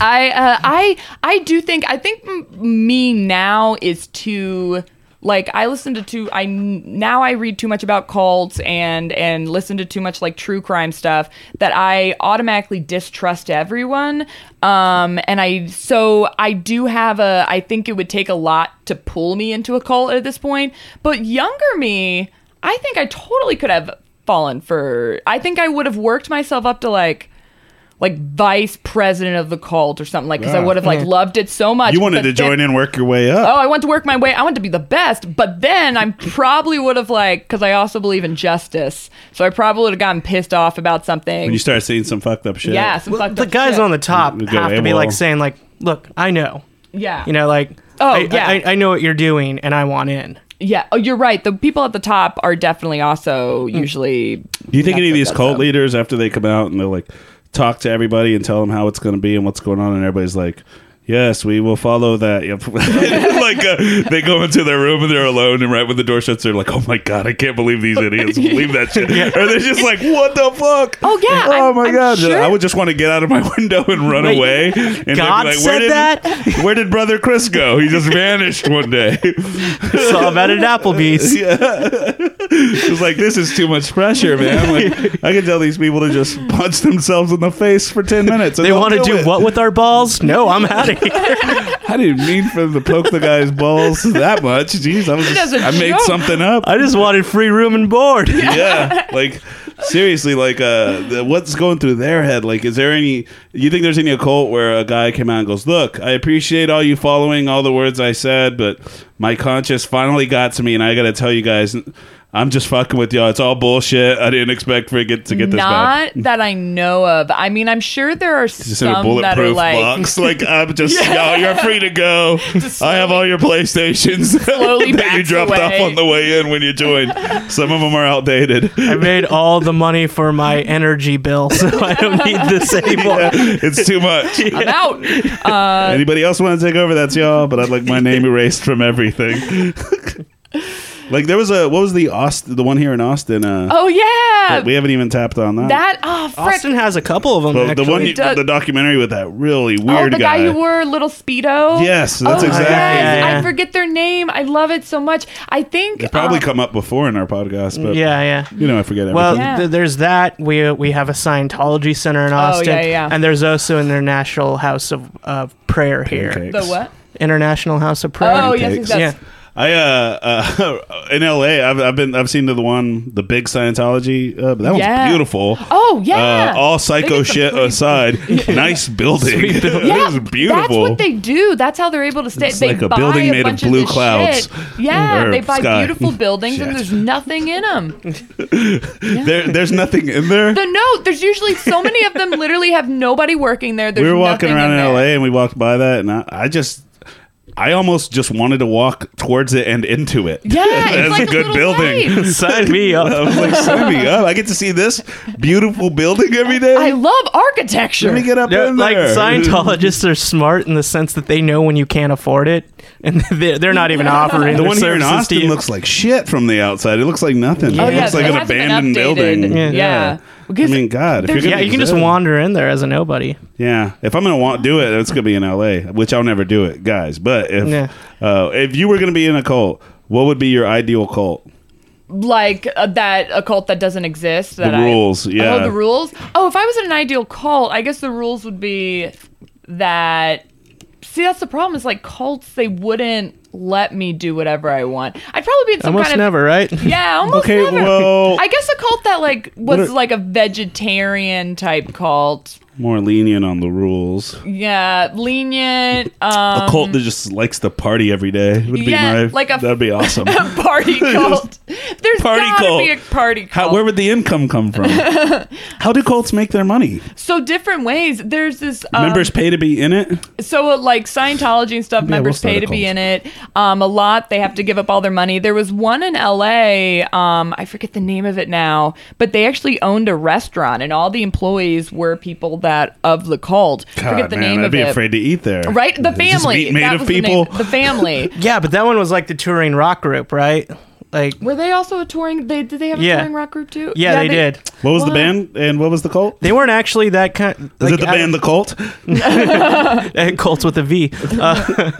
S1: I. Uh, I. I do think. I think m- me now is too like I listen to too I now I read too much about cults and and listen to too much like true crime stuff that I automatically distrust everyone. Um and I so I do have a I think it would take a lot to pull me into a cult at this point, but younger me, I think I totally could have fallen for I think I would have worked myself up to like like vice president of the cult or something like because I
S2: Yeah.
S1: would have
S3: Mm.
S1: like loved it so much.
S2: Ah. You wanted
S1: but
S2: to join
S1: then-
S2: in, work your way up.
S1: Oh, I want to work my way. I want to be the best, but then I probably would have like because I also believe in justice, so I probably would have gotten pissed off about something.
S2: When you start seeing some fucked up shit.
S1: yeah, some
S3: Well,
S1: fucked
S3: the
S1: up
S3: guys
S1: shit.
S3: on the top
S2: We go
S3: have to be
S2: AWOL.
S3: like saying like, "Look, I know,
S1: yeah,
S3: you know, like,
S1: Oh,
S3: I,
S1: yeah.
S3: I, I know what you're doing, and I want in."
S1: yeah. Oh, you're right. The people at the top are definitely also
S3: Mm.
S1: usually.
S2: Do you think
S1: That's
S2: any of
S1: what
S2: these
S1: that's
S2: cult
S1: up.
S2: leaders, after they come out and they like talk to everybody and tell them how it's going to be and what's going on, and everybody's like, "Yes, we will follow that." Yep. like uh, they go into their room and they're alone, and right when the door shuts, they're like, "Oh my god, I can't believe these idiots believe that shit." Or they're just like, "What the fuck?"
S1: Oh, yeah,
S2: Oh
S1: I'm-
S2: my
S1: I'm
S2: god!
S1: sure-
S2: I would just want to get out of my window and run
S3: Wait,
S2: away. And they'd be
S3: God said
S2: did,
S3: that?
S2: Where did brother Chris go? He just vanished one day.
S3: Saw him at an Applebee's.
S2: It's like this is too much pressure, man. Like, I can tell these people to just punch themselves in the face for ten minutes. and
S3: They
S2: they'll
S3: want to do
S2: it.
S3: what with our balls? No, I'm out of here.
S2: I didn't mean for them to poke the guy's balls that much. Jeez, I was
S1: That's
S2: just,
S1: a
S2: I made
S1: joke.
S2: something up.
S3: I just wanted free room and board.
S2: yeah, like seriously, like uh, the, what's going through their head? Like, is there any? You think there's any occult where a guy came out and goes, "Look, I appreciate all you following all the words I said, but my conscience finally got to me, and I got to tell you guys." I'm just fucking with y'all. It's all bullshit. I didn't expect for it get to get this bad.
S1: Not that I know of. I mean, I'm sure there are
S2: just in a
S1: some that are
S2: bulletproof
S1: like
S2: box. Like I'm just y'all, you're free to go. I have all your PlayStations
S1: slowly
S2: that you
S1: backs
S2: dropped
S1: away.
S2: off on the way in when you joined. Some of them are outdated.
S3: I made all the money for my energy bill, so I don't need this anymore.
S2: It's too much.
S1: I'm out. Uh,
S2: Anybody else want to take over? That's y'all. But I'd like my name erased from everything. like there was a what was the Austin the one here in Austin? Uh,
S1: oh yeah,
S2: we haven't even tapped on that.
S1: that oh frick.
S3: Austin has a couple of them.
S2: But the one
S3: actually.
S2: you, the documentary with that really
S1: Oh,
S2: weird
S1: the guy who wore a little speedo.
S2: Yes, that's
S1: Oh,
S2: exactly-
S1: yes.
S3: Yeah.
S1: I forget their name. I love it so much. I think
S2: They probably
S1: um,
S2: come up before in our podcast, but
S3: yeah, yeah.
S2: you know I forget everything.
S3: Well,
S1: Yeah.
S3: th- there's that. We we have a Scientology center in Austin,
S1: yeah, yeah.
S3: and there's also an International House of of Prayer here.
S2: Pancakes.
S1: the what?
S3: International House of Prayer.
S1: Oh yes,
S2: Pancakes.
S1: yes,
S3: yeah.
S1: yes.
S2: I uh, uh in L.A. I've, I've been I've seen the one the big Scientology. Uh, but that
S1: Yeah.
S2: one's beautiful.
S1: Oh yeah.
S2: Uh, all
S1: They
S2: psycho
S1: get some
S2: shit
S1: pretty-
S2: aside, nice building.
S3: Sweet building.
S2: it
S1: Yeah,
S2: is beautiful.
S1: That's what they do. That's how they're able to stay.
S2: It's
S1: they
S2: like a
S1: buy
S2: building made of
S1: bunch
S2: blue
S1: this
S2: clouds.
S1: shit. Yeah,
S2: Or
S1: they buy
S2: sky.
S1: beautiful buildings
S2: Shit.
S1: and there's nothing in them.
S2: there, there's nothing in there.
S1: The no, there's usually so many of them. Literally have nobody working there. There's
S2: we were walking
S1: nothing
S2: around in,
S1: in there.
S2: L.A. and we walked by that, and I, I just. I almost just wanted to walk towards it and into it.
S1: Yeah, it's
S2: that's
S1: like
S2: a
S1: a
S2: good
S1: little
S2: building.
S1: life.
S3: Sign me
S2: I
S3: up.
S2: was like, sign me up. I get to see this beautiful building every day.
S1: I love architecture.
S2: Let me get up
S3: No,
S2: in
S3: like
S2: there.
S3: Scientologists are smart in the sense that they know when you can't afford it, and they're, they're not even offering
S2: The
S3: their
S2: one here in
S3: services to
S2: Austin
S3: you.
S2: looks like shit from the outside. It looks like nothing.
S3: Oh,
S2: it
S3: yeah,
S2: looks like
S1: it
S2: an
S1: hasn't been
S2: abandoned
S1: updated.
S2: building.
S1: Yeah.
S2: Yeah. I
S1: Because
S2: mean, God, if you're
S1: there's-
S2: gonna
S3: yeah, you can just
S2: exist-
S3: wander in there as a nobody.
S2: Yeah, if I'm gonna want do it, it's gonna be in L.A., which I'll never do it, guys. But if
S3: Yeah.
S2: uh, if you were gonna be in a cult, what would be your ideal cult?
S1: like uh, that a cult that doesn't exist. That I-
S2: rules, yeah.
S1: Oh, the rules. Oh, if I was in an ideal cult, I guess the rules would be that. See, that's the problem. Is like cults, they wouldn't let me do whatever I want. I'd probably be in some
S3: Almost
S1: kind of
S3: never, right?
S1: yeah, almost
S2: Okay,
S1: never.
S2: well-
S1: I guess a cult that like
S2: What
S1: was
S2: are-
S1: like a vegetarian type cult.
S2: More lenient on the rules.
S1: Yeah, lenient. Um,
S2: a cult that just likes to party every day would be
S1: yeah,
S2: my.
S1: like a-
S2: that'd be awesome.
S1: party cult. There's
S2: Party
S1: gotta
S2: cult.
S1: be a party cult.
S2: How, where would the income come from? How do cults make their money?
S1: so different ways. There's this um,
S2: Members pay to be in it.
S1: so uh, like Scientology and stuff,
S2: we'll
S1: members
S2: start
S1: pay
S2: a
S1: to be
S2: cult.
S1: in it. Um, a lot they have to give up all their money. There was one in L.A. Um, I forget the name of it now, but they actually owned a restaurant, and all the employees were people that of the cult. I forget the name
S2: I'd
S1: of
S2: be
S1: it.
S2: afraid to eat there.
S1: Right, the
S2: Is this
S1: family.
S2: meat made
S1: That
S2: of
S1: was the
S2: people.
S1: name. the family.
S3: Yeah, but that one was like the touring rock group, right? Like,
S1: Were they also a touring? They did they have a
S3: Yeah.
S1: touring rock group too?
S3: yeah, they, did.
S2: What was
S1: What?
S2: the band and what was the cult?
S3: They weren't actually that kind.
S2: Is it the band The Cult?
S3: and Colts with a V. Uh,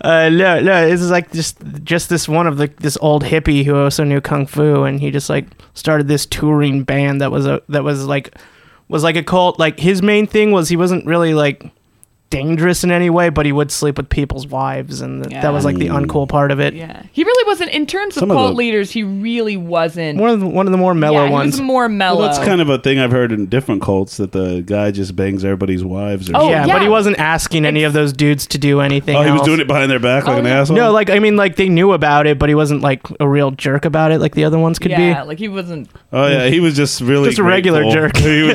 S3: uh, no, no, this is like just just this one of the this old hippie who also knew kung fu, and he just like started this touring band that was a that was like was like a cult. Like his main thing was he wasn't really like dangerous in any way, but he would sleep with people's wives, and th- that was like the uncool part of it.
S1: Yeah, he really wasn't. In terms of
S2: Some of
S1: cult
S2: the-
S1: leaders, he really wasn't.
S3: One of the, one of the more mellow
S1: yeah, he
S3: ones.
S1: was more mellow.
S2: Well, that's kind of a thing I've heard in different cults that the guy just bangs everybody's wives. Or
S1: Oh,
S2: something.
S3: yeah,
S1: yeah.
S3: but he wasn't asking any of those dudes to do anything.
S2: Oh, he was
S3: else.
S2: doing it behind their back like
S1: Oh,
S2: an
S1: yeah.
S2: asshole.
S3: No, like I mean, like they knew about it, but he wasn't like a real jerk about it, like the other ones could be.
S1: yeah, like he wasn't.
S2: oh yeah, he was just really
S3: Just a regular
S2: grateful.
S3: jerk.
S2: he, was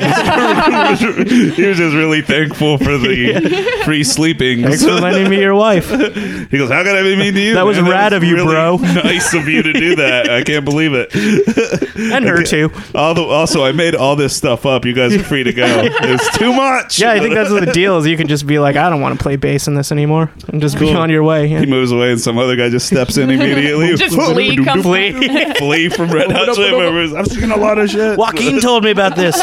S2: just, he was just really thankful for the free sleepings.
S3: Thanks for lending me your wife.
S2: He goes, "How can I be mean to you?
S3: That was
S2: man?
S3: rad
S2: was
S3: of you,
S2: really
S3: bro."
S2: Nice of you to do that. I can't believe it."
S3: And her too.
S2: Although, also, I made all this stuff up. You guys are free to go. It's too much.
S3: Yeah, I think that's the deal is you can just be like, I don't want to play bass in this anymore. And just be
S2: Cool.
S3: on your way. Yeah.
S2: He moves away, and some other guy just steps in immediately.
S1: Just flee, come-
S2: flee, flee from Red Hot Chili Peppers. I'm singing a lot of shit.
S3: Joaquin told me about this.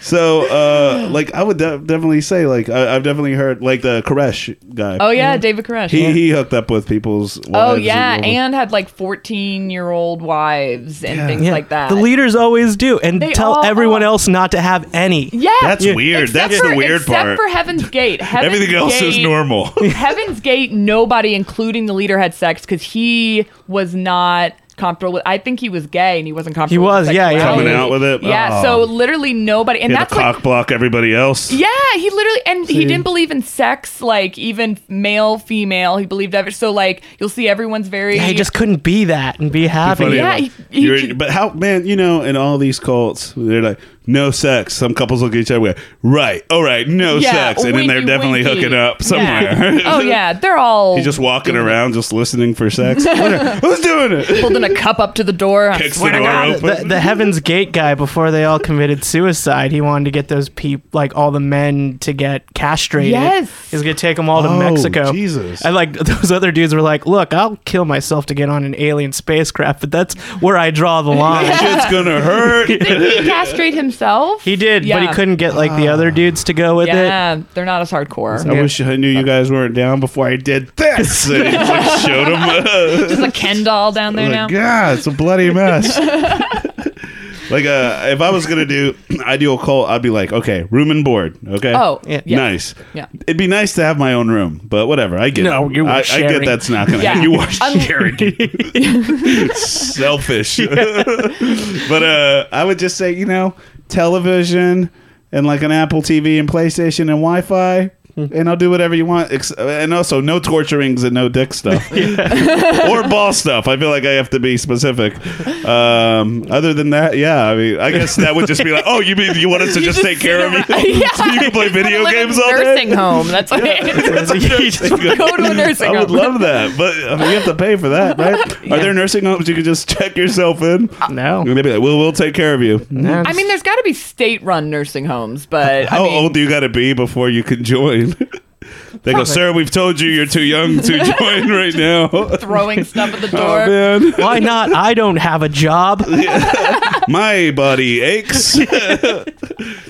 S2: So, uh, like, I would de- definitely say, like, I- I've definitely heard, like, the Koresh guy.
S1: Oh yeah, David Koresh.
S2: he he hooked up with people's. Wives
S1: oh yeah,
S2: and,
S1: and had like fourteen-year-old wives and things
S3: Yeah.
S1: like that.
S3: The leaders always do and
S1: They
S3: tell
S1: all
S3: everyone
S1: are.
S3: else not to have any.
S1: yeah,
S2: that's weird.
S1: Except
S2: That's
S1: for,
S2: the weird
S1: except
S2: part.
S1: for Heaven's Gate. Heaven's
S2: Everything else is
S1: Gate-
S2: normal.
S1: Heaven's Gate, nobody, including the leader, had sex because he was not comfortable with. I think he was gay and he wasn't comfortable.
S3: was,
S1: with
S3: yeah, yeah.
S1: sexuality.
S2: Coming out with it?
S1: Yeah.
S2: Oh.
S1: So literally nobody, and
S2: yeah, the
S1: that's like.
S2: cock block everybody else.
S1: Yeah, he literally, and he didn't believe in sex, like even male, female. He believed that. So, like, you'll see everyone's very.
S3: Yeah, he just couldn't be that and be happy.
S2: Funny
S1: Yeah,
S2: enough.
S1: he- he
S2: You're-
S1: could-
S2: but how, man? You know, in all these cults, they're like no sex. Some couples look at each other, and go, right? All right, no
S1: Yeah,
S2: sex, Oh, and then they're
S1: winky,
S2: definitely
S1: winky.
S2: hooking up somewhere.
S1: Yeah. oh yeah, they're all
S2: He's just walking around, just listening for sex. Who's doing it?
S1: holding a cup up to the door. I
S2: Kicks the
S1: swear to
S2: door
S1: God.
S2: open.
S3: The, the Heaven's Gate guy, before they all committed suicide, he wanted to get those peop like all the men to get castrated.
S1: Yes.
S3: he's gonna take them all to
S2: Oh,
S3: Mexico.
S2: Jesus.
S3: And like those other dudes were like, "Look, I'll kill myself to get on an alien spacecraft, but that's where I draw the line."
S2: That shit's gonna hurt.
S1: Did he castrate himself?
S3: He did, but
S1: Yeah.
S3: he couldn't get like the
S2: Ah.
S3: other dudes to go with it.
S1: Yeah, they're not as hardcore.
S2: I wish I knew you guys weren't down before I did this. And he just, like, showed him.
S1: There's a Ken doll down there now.
S2: Like, God, it's a bloody mess. like, uh, if I was gonna do ideal cult, I'd be like, okay, room and board. Okay.
S1: Oh,
S3: Yeah.
S1: yeah.
S2: Nice.
S1: Yeah.
S2: It'd be nice to have my own room, but whatever. I get
S3: No,
S2: it.
S3: you were
S2: I, I get
S3: sharing.
S2: that's not gonna.
S1: Yeah.
S2: You are
S1: Un-
S2: sharing. Selfish. but uh, I would just say, you know, television and like an Apple TV and PlayStation and Wi-Fi.
S1: Hmm.
S2: And I'll do whatever you want, ex- and also no torturings and no dick stuff or ball stuff. I feel like I have to be specific. Um, other than that, yeah, I mean, I guess that would just be like, oh, you mean you want us to just, take care of you?
S1: Yeah.
S2: so you can play video
S1: Live in
S2: games all
S1: nursing
S2: day.
S1: home. That's what it is. Go to a nursing
S2: I
S1: home.
S2: would love that, but I mean, you have to pay for that, right? Are there nursing homes you can just check yourself in?
S3: Uh, No.
S2: And they'd be like, "We'll we'll take care of you."
S1: I mean, there's got to be state-run nursing homes, but I
S2: How
S1: mean,
S2: old do you got to be before you can join? They go, sir. We've told you you're too young to join right now.
S1: throwing stuff at the
S2: Oh,
S1: door.
S2: man.
S3: why not? I don't have a job.
S2: my body aches. Yeah,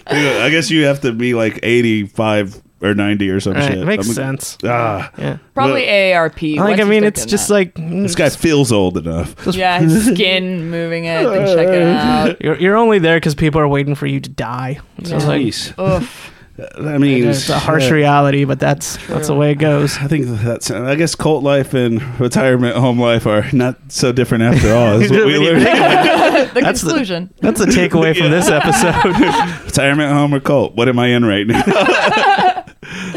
S2: I guess you have to be like 85 or 90 or some
S3: Right,
S2: shit.
S3: makes
S2: I'm-
S3: sense.
S2: Ah,
S3: Yeah.
S1: Probably AARP.
S3: Like
S1: once
S3: I
S1: you
S3: mean,
S1: start
S3: it's
S1: doing
S3: just
S1: that.
S3: like mm,
S2: this guy feels old enough.
S1: yeah, his skin moving it, then checking it out.
S3: you're, you're only there because people are waiting for you to die. So it's like
S2: Jeez.
S1: Oof.
S2: I mean,
S3: it's a harsh
S2: shit.
S3: reality, but that's that's the way it goes.
S2: I think that's. I guess cult life and retirement home life are not so different after all. Is what we learned.
S1: The
S3: the-
S1: conclusion.
S3: That's the takeaway from this episode.
S2: retirement home or cult? What am I in right now?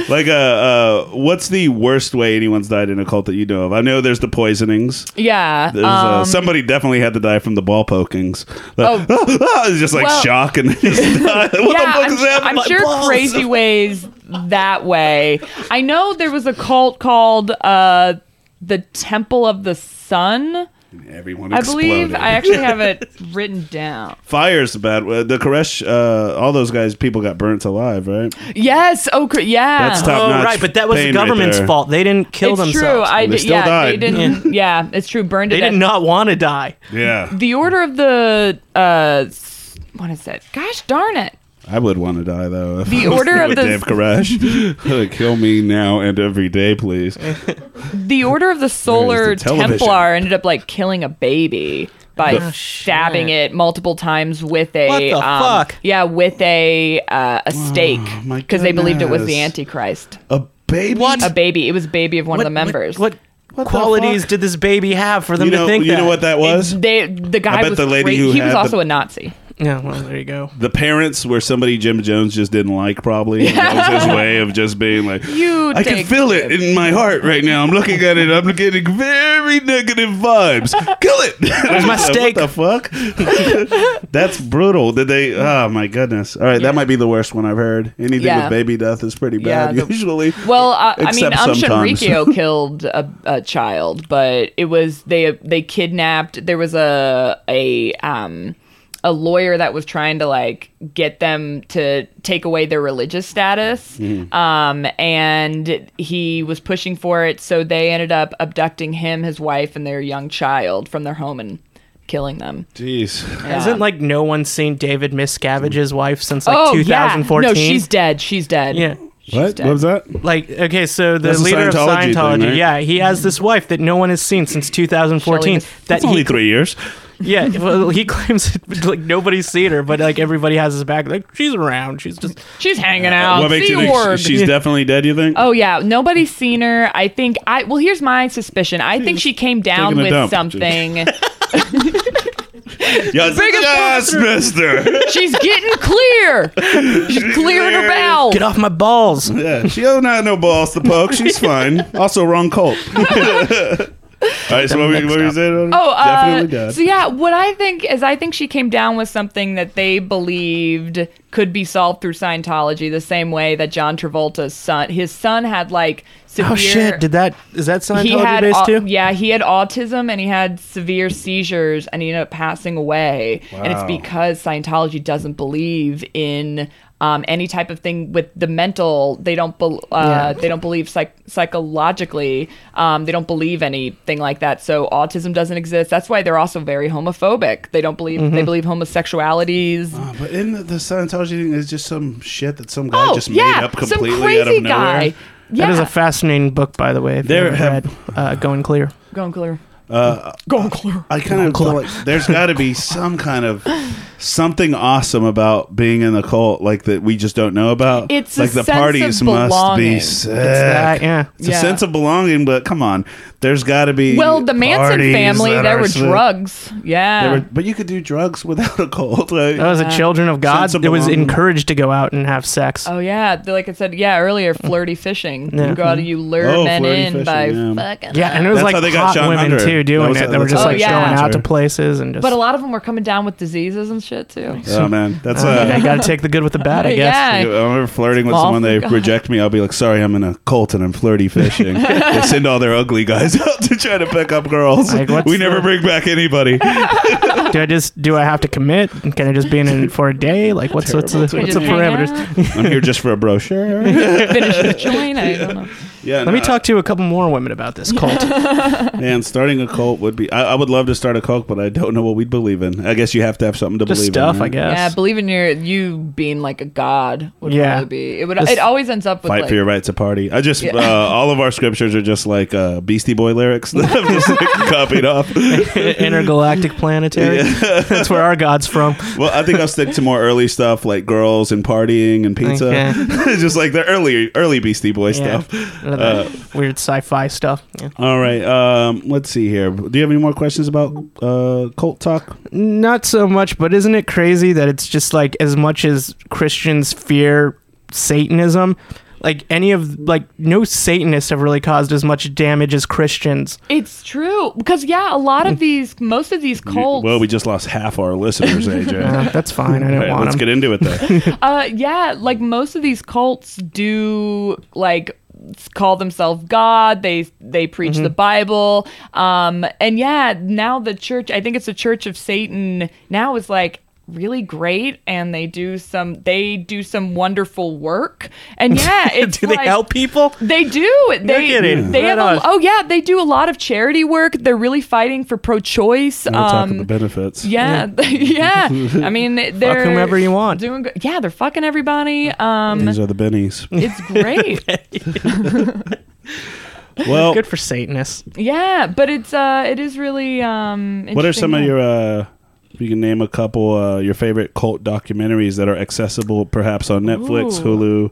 S2: like, uh, uh, what's the worst way anyone's died in a cult that you know of? I know there's the poisonings.
S1: yeah.
S2: There's, uh,
S1: um,
S2: somebody definitely had to die from the ball pokings.
S1: Oh.
S2: Like, it's just like
S1: Well-
S2: shock and just die. what
S1: yeah,
S2: the fuck
S1: I'm,
S2: is happening?
S1: I'm sure crazy ways that way. I know there was a cult called uh, the Temple of the Sun.
S2: Everyone
S1: I
S2: exploded.
S1: believe I actually have it written down.
S2: Fires the bad. Uh, the Koresh, uh, all those guys, people got burnt alive, right?
S1: Yes. Oh, cr- yeah.
S2: That's tough.
S3: oh,
S2: Top-notch
S3: right, but that was the
S2: pain right
S3: government's
S2: there.
S3: fault. They didn't kill
S1: it's true.
S3: themselves.
S1: I
S2: They
S1: did.
S2: still
S1: yeah,
S2: died.
S1: they didn't. Yeah, it's true. Burned
S3: they
S1: it.
S3: did not want to die.
S2: Yeah,
S1: The order of the uh, s- what is it? Gosh darn it!
S2: I would want to die though. if
S1: The
S2: I was
S1: order of
S2: with
S1: the-
S2: Dave Koresh. Kill me now and every day, please.
S3: Eh.
S1: The order of the Solar
S2: There's the television.
S1: Templar ended up like killing a baby by
S2: Oh,
S1: stabbing
S3: shit.
S1: it multiple times with a
S3: What the
S1: um,
S3: fuck?
S1: yeah with a uh, a stake
S2: Oh, my
S1: because they believed it was the
S2: goodness.
S1: Antichrist.
S2: A baby.
S3: What?
S1: A baby. It was baby of one
S3: What-
S1: of the members.
S3: What, what
S2: the
S3: qualities
S2: fuck?
S3: did this baby have for them
S2: You know,
S3: to think
S2: you
S3: that?
S2: know what that was?
S1: They the guy
S2: bet
S1: was
S2: the lady
S1: great-
S2: who
S1: he was
S2: had
S1: also
S2: the-
S1: a Nazi.
S3: Yeah, well, there you go.
S2: the parents were somebody Jim Jones just didn't like, probably. That was his way of just being like,
S1: You
S2: I can
S1: take-
S2: feel it in my heart right now. I'm looking at it. I'm getting very negative vibes. Kill it. There's
S3: my steak.
S2: What the fuck? That's brutal. Did they? Oh my goodness. All right, that might be the worst one I've heard. Anything
S1: Yeah.
S2: with baby death is pretty
S1: Yeah,
S2: bad
S1: the-
S2: usually.
S1: Well, uh, I mean,
S2: Except
S1: Umshin
S2: sometimes.
S1: Rikio killed a, a child, but it was they they kidnapped. There was a a um a lawyer that was trying to like get them to take away their religious status,
S2: Mm-hmm.
S1: um, and he was pushing for it. So they ended up abducting him, his wife, and their young child from their home and killing them.
S2: Jeez.
S3: Hasn't like no one seen David Miscavige's wife since like
S1: oh yeah,
S3: 2014?
S1: no, she's dead. She's dead.
S3: yeah.
S2: What? What was that?
S3: Like okay, so the
S2: That's a
S3: leader of
S2: Scientology thing,
S3: Scientology,
S2: right?
S3: yeah, he has this wife that no one has seen since 2014.
S1: Shelley Mis-
S3: That
S2: That's
S3: he,
S2: only three years.
S3: yeah, well, he claims that, like nobody's seen her, but like everybody has his back. Like she's around, she's just
S1: she's hanging out.
S2: Uh, what makes you think
S1: Seaward.
S2: sh- she's definitely dead? You think?
S1: Um, Oh yeah, nobody's seen her. I think I well here's my suspicion. I think she came down
S2: taking a
S1: with
S2: dump.
S1: something.
S2: yes,
S1: biggest
S2: yes, Mister.
S1: She's getting clear. She's clearing her bowels.
S3: get off my balls. Oh,
S2: Yeah, she don't have no balls to poke. She's fine. Also, wrong cult. All right, so what were you- what were you saying?
S1: Oh, uh,
S2: definitely dead.
S1: so yeah, what I think is I think she came down with something that they believed could be solved through Scientology the same way that John Travolta's son his son had like severe
S3: Oh shit! Did that is that
S1: he
S3: Scientology
S1: had
S3: based
S1: au-
S3: too?
S1: yeah he had autism and he had severe seizures and he ended up passing away and it's
S2: Wow.
S1: because scientology doesn't believe in um, any type of thing with the mental they don't bel uh, they don't believe psych- psychologically um, they don't believe anything like that so autism doesn't exist that's why they're also very homophobic they don't believe
S2: Mm-hmm.
S1: they believe homosexuality is
S2: Uh, but in the, the Scientology thing is just some shit that some guy
S1: oh
S2: just
S1: yeah
S2: made up
S1: some
S2: completely
S1: crazy
S2: out of nowhere.
S1: guy yeah
S3: That is a fascinating book, by the way. If
S2: There
S3: you
S2: have-
S3: have read uh, Going Clear.
S1: going clear
S2: Go clear. I kind of feel like there's got to be some kind of something awesome about being in the cult, like that we just don't know about.
S1: It's a
S2: like the
S1: sense of
S2: parties must
S1: belonging.
S2: be
S1: It's
S2: sick.
S3: That, yeah.
S2: It's a
S1: Yeah.
S2: sense of belonging, but come on, there's got to be.
S1: well the manson
S2: parties
S1: family
S2: that
S1: there
S2: are
S1: were
S2: sick.
S1: drugs yeah
S2: There were- but you could do drugs without a cult. Like,
S3: That was a Children of God.
S2: Sense of
S3: It was
S2: belonging.
S3: encouraged to go out and have sex.
S1: Oh yeah, Th- like I said, yeah earlier, flirty fishing.
S3: Yeah.
S1: You go out, and you lure
S2: Oh,
S1: men
S2: flirty
S1: in
S2: fishing,
S1: by
S2: yeah.
S1: fucking.
S3: yeah, and it was
S2: That's how
S3: like
S2: they got
S3: hot
S2: Sean
S3: women
S2: Hunter.
S3: too
S2: That
S3: doing
S2: was-
S3: it. They were
S2: that's
S3: just
S1: how
S3: like
S1: they got
S3: going
S1: Sean
S3: out to
S2: Hunter.
S3: places and just.
S1: Oh, but a lot of them were coming down with diseases and shit too.
S2: oh man, that's
S3: I
S2: uh,
S3: mean, I gotta take the good with the bad, I guess.
S1: Yeah.
S2: I remember flirting with
S1: Small
S2: someone. They
S1: God.
S2: reject me. I'll be like, "Sorry, I'm in a cult and I'm flirty fishing." they send all their ugly guys out to try to pick up girls.
S3: Like, what's
S2: we never
S3: the-
S2: bring back anybody.
S3: Do I just do I have to commit? Can I just be in it for a day? Like what's what's the,
S1: We
S3: what's the
S1: just hang
S3: parameters?
S1: out,
S2: I'm here just for a brochure.
S1: Finish the joint. I don't know.
S2: Yeah,
S3: Let me talk to a couple more women about this cult.
S2: Man, starting a cult would be. I, I would love to start a cult, but I don't know what we'd believe in. I guess you have to have something to
S3: just
S2: believe
S3: stuff,
S2: in. right?
S3: I
S1: Yeah,
S3: guess.
S1: believe in your you being like a god would
S3: Yeah.
S1: probably be. It would.
S3: Just
S1: it always ends up with
S2: Fight
S1: like.
S2: for your right to party. I just
S1: Yeah.
S2: uh, all of our scriptures are just like uh, Beastie Boy lyrics that I've just like, copied off.
S3: Intergalactic planetary. That's where our god's from.
S2: Well, I think I'll stick to more early stuff like girls and partying and pizza,
S3: Okay.
S2: just like the early early Beastie Boy
S3: Yeah.
S2: stuff.
S3: Uh, Weird sci-fi stuff. Yeah.
S2: All right, um, let's see here. Do you have any more questions about uh, cult talk?
S3: Not so much, but isn't it crazy that it's just like as much as Christians fear Satanism, like any of like no Satanists have really caused as much damage as Christians.
S1: It's true because yeah, a lot
S3: Mm.
S1: of these, most of these cults.
S2: Well, we just lost half our listeners, AJ.
S3: Uh, that's fine. I
S2: All
S3: don't
S2: right,
S3: want
S2: let's
S3: them.
S2: get into it though.
S1: Uh, yeah, like most of these cults do like call themselves God. They they preach
S3: Mm-hmm.
S1: the Bible. Um, and yeah, now the church. I think it's the Church of Satan. Now is like really great, and they do some they do some wonderful work. And yeah, it's
S3: Do they
S1: like,
S3: help people?
S1: They do. They
S3: kidding.
S1: they
S3: Right
S1: have a,
S3: on.
S1: oh yeah, they do a lot of charity work. They're really fighting for pro-choice.
S2: We'll talk of
S1: um,
S2: the benefits.
S1: yeah, yeah. I mean, they're
S3: whomever you want.
S1: Doing good. Yeah, they're fucking everybody. Um,
S2: These are the bennies.
S1: it's great.
S2: Well,
S3: Good for Satanists.
S1: yeah, but it's uh, it is really um.
S2: what are
S1: interesting
S2: some of
S1: that-
S2: your, uh, if you can name a couple, uh, your favorite cult documentaries that are accessible perhaps on Netflix, Hulu,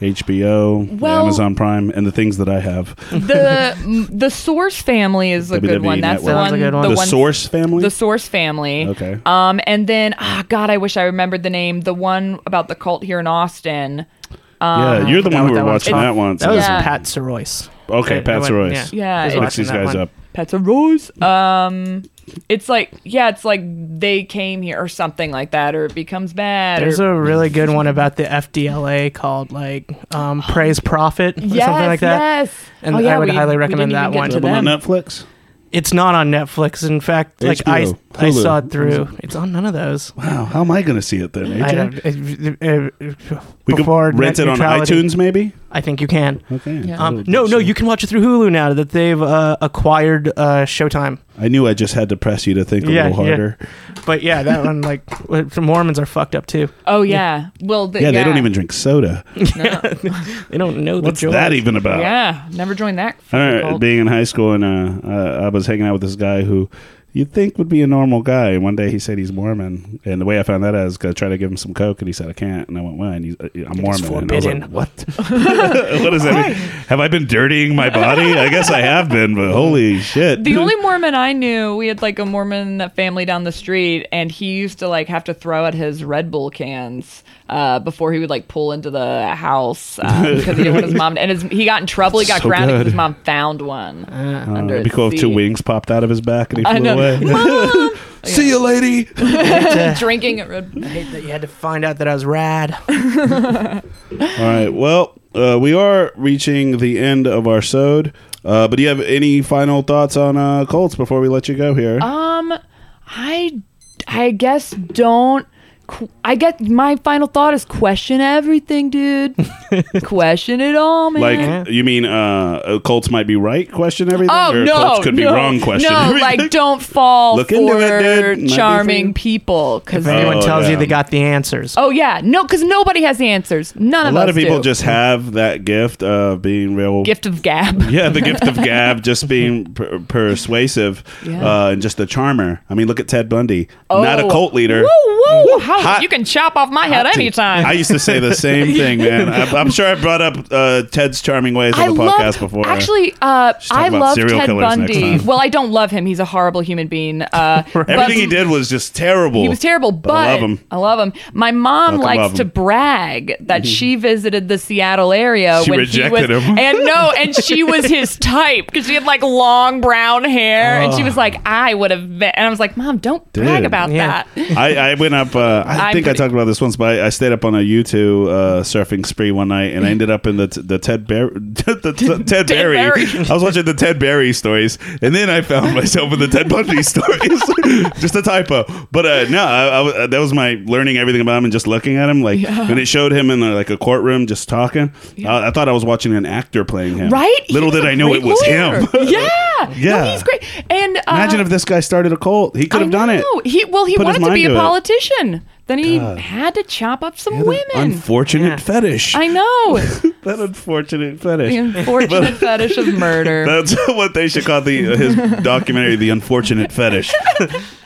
S2: HBO,
S1: Well-
S2: Amazon Prime, and the things that I have?
S1: the the Source family is a good
S2: WWE
S1: one. That's the
S2: E Network.
S1: one.
S3: Sounds like a good one.
S1: The,
S2: the
S1: one-
S2: Source family?
S1: The Source family.
S2: Okay.
S1: Um, and then ah, God, I wish I remembered the name. The one about the cult here in Austin.
S2: yeah, you're the
S3: That
S2: one
S3: was-
S2: who were
S3: uh, that one's
S2: watching
S3: tough.
S2: that once.
S3: That was
S1: Yeah.
S3: Pat Sorois.
S2: okay,
S3: that
S2: Pat
S3: one-
S2: Royce.
S1: Yeah,
S3: Just
S1: it's-
S2: Mix
S3: watching
S2: these
S3: that
S2: guys
S3: one.
S2: up.
S1: Pets of Rose. Um, it's like yeah, it's like they came here or something like that, or it becomes bad.
S3: There's
S1: or,
S3: a really good one about the FDLA called like um, Praise Prophet or
S1: yes,
S3: something like that.
S1: Yes.
S3: And
S1: Oh, yeah,
S3: I would
S1: we-
S3: highly
S1: we
S3: recommend
S1: didn't
S3: that
S1: even get
S3: one.
S1: to
S2: Is that one on
S1: them.
S2: Netflix?
S3: It's not on Netflix. In fact, like I,
S2: HBO,
S3: I
S2: Hulu.
S3: saw it through. It's on none of those.
S2: Wow, how am I going to see it then, AJ?
S3: I don't, uh, uh,
S2: we can
S3: before
S2: rent
S3: net
S2: it on
S3: neutrality.
S2: iTunes, maybe?
S3: I think you can.
S2: Okay.
S1: Yeah.
S3: Um, no, no, you can watch it through Hulu now that they've uh, acquired uh, Showtime.
S2: I knew I just had to press you to think a
S3: Yeah,
S2: little
S3: yeah.
S2: harder.
S3: But yeah, that one like w- Mormons are fucked up too.
S1: Oh yeah. Well, the,
S2: Yeah, they don't even drink soda.
S3: They don't know the
S2: What's
S3: joy.
S2: that even about?
S1: Yeah, never joined that.
S2: I
S1: fucking
S2: remember
S1: cult.
S2: being in high school and uh, I, I was hanging out with this guy who you'd think would be a normal guy. And one day he said he's Mormon. And the way I found that out is 'cause I tried to give him some Coke and he said, I can't. And I went, why? And he's, uh, I'm Mormon. And I was like,
S3: forbidden.
S2: what? what is that? Have I been dirtying my body? I guess I have been, but holy shit.
S1: The only Mormon I knew, we had like a Mormon family down the street, and he used to like have to throw out his Red Bull cans uh, before he would like pull into the house uh, because he didn't want his mom. And his, he got in trouble. He got
S2: So
S1: grounded
S2: good.
S1: because his mom found one
S2: Uh,
S1: under
S2: it'd be
S1: his
S2: cool if two
S1: seat.
S2: wings popped out of his back and he
S1: I
S2: flew
S1: know.
S2: away. See you, lady.
S1: drinking at Red Bull.
S3: I hate that you had to find out that I was rad.
S2: All right. Well, uh, we are reaching the end of our sode. Uh, but do you have any final thoughts on uh, Colts before we let you go here?
S1: Um, I, I guess don't. qu- I get my final thought is question everything, dude. question it all, man.
S2: like
S3: Yeah.
S2: you mean uh, Colts might be right? Question everything.
S1: oh
S2: or
S1: no,
S2: Colts could
S1: no,
S2: be wrong. Question.
S1: No,
S2: everything?
S1: like don't fall
S2: Look into it,
S1: for
S2: dude. Might be for you.
S1: charming people. Because
S3: If anyone
S2: Oh,
S3: tells
S2: yeah.
S3: you they got the answers,
S1: oh yeah, no, because nobody has the answers. None
S2: a
S1: of
S2: lot
S1: us
S2: of people
S1: do.
S2: just have that gift of being real.
S1: gift of gab.
S2: Yeah, the gift of gab, just being per- persuasive
S1: Yeah.
S2: uh, and just a charmer. I mean, look at Ted Bundy, not a
S1: Oh.
S2: cult leader.
S1: Woo woo! How,
S2: Hot-
S1: you can chop off my head
S2: Dude,
S1: anytime.
S2: I used to say the same thing, man. I, I'm sure I brought up uh, Ted's charming ways on
S1: I
S2: the
S1: love-
S2: podcast before.
S1: Actually, uh,
S2: talk
S1: I
S2: about
S1: love
S2: serial
S1: Ted
S2: killers next
S1: Bundy.
S2: time.
S1: Well, I don't love him. He's a horrible human being. Uh, but
S2: everything he did was just terrible.
S1: He was terrible, but,
S2: I love him.
S1: I love him. My
S2: Fucking
S1: mom
S2: love
S1: likes
S2: him. Mm-hmm.
S1: to brag that she visited the Seattle area
S2: She
S1: when
S2: rejected
S1: he was,
S2: him.
S1: and no, and she was his type because she had like long brown hair, and she was like, "I would have," been, and I was like, "Mom, don't brag
S2: Ah. Dude.
S1: about
S3: Yeah.
S1: that."
S2: I, I went up. Uh, I
S1: I'm
S2: think I
S1: pretty-
S2: talked about this once, but I, I stayed up on a U2 uh, surfing spree one night, and I ended up in the t- the Ted Ber- the t- Ted, Berry.
S1: Berry.
S2: I was watching the Ted Berry stories, and then I found myself in the Ted Bundy stories. just a typo, but uh, no, I, I w- that was my learning everything about him and just looking at him. Like
S1: Yeah.
S2: when it showed him in uh, like a courtroom just talking, Uh, I, I thought I was watching an actor playing him.
S1: Right? He
S2: Little
S1: was
S2: did
S1: a
S2: I know
S1: great
S2: it was
S1: lawyer.
S2: him.
S1: yeah,
S2: Yeah.
S1: No, he's great. And uh,
S2: Imagine if this guy started a cult. He could have done it.
S1: it. He well, he
S2: Put his
S1: wanted to
S2: mind
S1: be a
S2: to it.
S1: politician. Then he had to chop up some women.
S2: Unfortunate
S3: Yeah.
S2: fetish.
S1: I know
S2: that unfortunate fetish.
S1: the unfortunate fetish of murder.
S2: That's what they should call the his documentary, "The Unfortunate Fetish."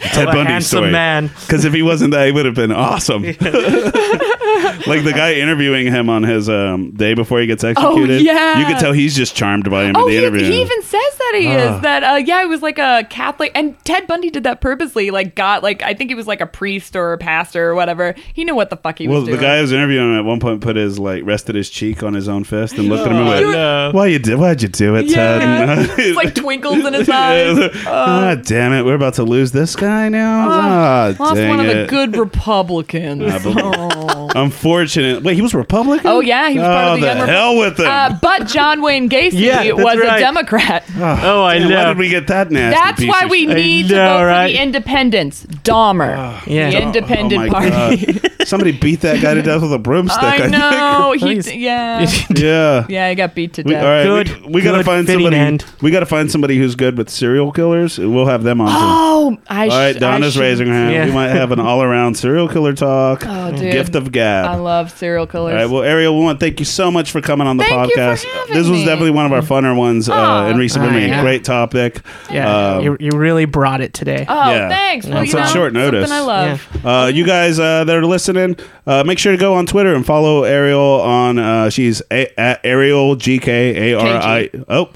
S2: Ted
S3: a
S2: Bundy
S3: handsome
S2: story.
S3: man.
S2: Because if he wasn't that, he would have been awesome. like the guy interviewing him on his um, day before he gets executed.
S1: Oh, yeah.
S2: you could tell he's just charmed by him
S1: Oh,
S2: in the
S1: he,
S2: interview. Ah.
S1: he even says that he is. That uh, yeah, he was like a Catholic, and Ted Bundy did that purposely. Like got like I think he was like a priest or a pastor or whatever. He knew what the fuck he
S2: Well,
S1: was
S2: the
S1: doing.
S2: guy who was interviewing him at one point put his like rested his cheek on his own fist and looked at him and
S3: Oh,
S2: went,
S3: no.
S2: "Why you did? Why'd you do it,
S1: yeah,
S2: Ted?"
S1: it's like twinkles in his eyes.
S2: ah, damn it! We're about to lose this guy now. ah,
S1: Oh, Lost
S2: dang
S1: one of the
S2: it.
S1: good Republicans.
S2: I believe-
S1: oh.
S2: Unfortunate. Wait, he was Republican.
S1: Oh, yeah, he was part
S2: oh,
S1: of the Young
S2: the
S1: Rep-
S2: hell with him.
S1: Uh, but John Wayne Gacy
S3: Yeah, that's
S1: was
S3: right.
S1: a Democrat.
S3: Oh, I
S2: Ah, Damn,
S3: know.
S2: Why did we get that nasty?
S1: That's
S2: piece
S1: why
S2: of
S1: we
S2: shit?
S1: need
S3: know,
S1: to vote
S3: right?
S1: for the independents. Dahmer,
S3: Yeah. Dahmer.
S1: the
S2: Oh,
S1: independent
S2: my
S1: party.
S2: God. Somebody beat that guy to death with a broomstick.
S1: I
S2: think.
S1: know. He,
S3: Please.
S1: yeah,
S2: Yeah.
S1: yeah, he got beat to
S2: We, all
S1: death.
S2: right,
S3: Good-
S2: we, we gotta
S3: good
S2: find
S3: fitting
S2: somebody.
S3: end.
S2: We gotta find somebody who's good with serial killers. We'll have them on. too.
S1: Oh, I.
S2: All right,
S1: sh-
S2: Donna's
S1: I sh-
S2: raising her hand.
S3: Yeah.
S2: We might have an all-around serial killer talk. Mm.
S1: Oh, dude.
S2: Gift of
S1: I
S2: gab.
S1: love serial
S2: All
S1: killers.
S2: right, well, Ariel, we want to thank you so much for coming on the
S1: Thank you for
S2: podcast.
S1: having
S2: this was
S1: me.
S2: definitely one of our funner ones uh,
S1: Aw.
S2: in recent memory.
S3: Yeah.
S2: Great topic.
S3: yeah,
S2: Um,
S3: you, you really brought it today.
S1: oh,
S2: yeah.
S1: thanks. Well,
S2: On
S1: you
S2: such
S1: know,
S2: short notice.
S1: Something I love.
S2: Uh, you guys uh, that are listening, uh, make sure to go on Twitter and follow Ariel on. Uh, she's a- at Ariel G K A R I oh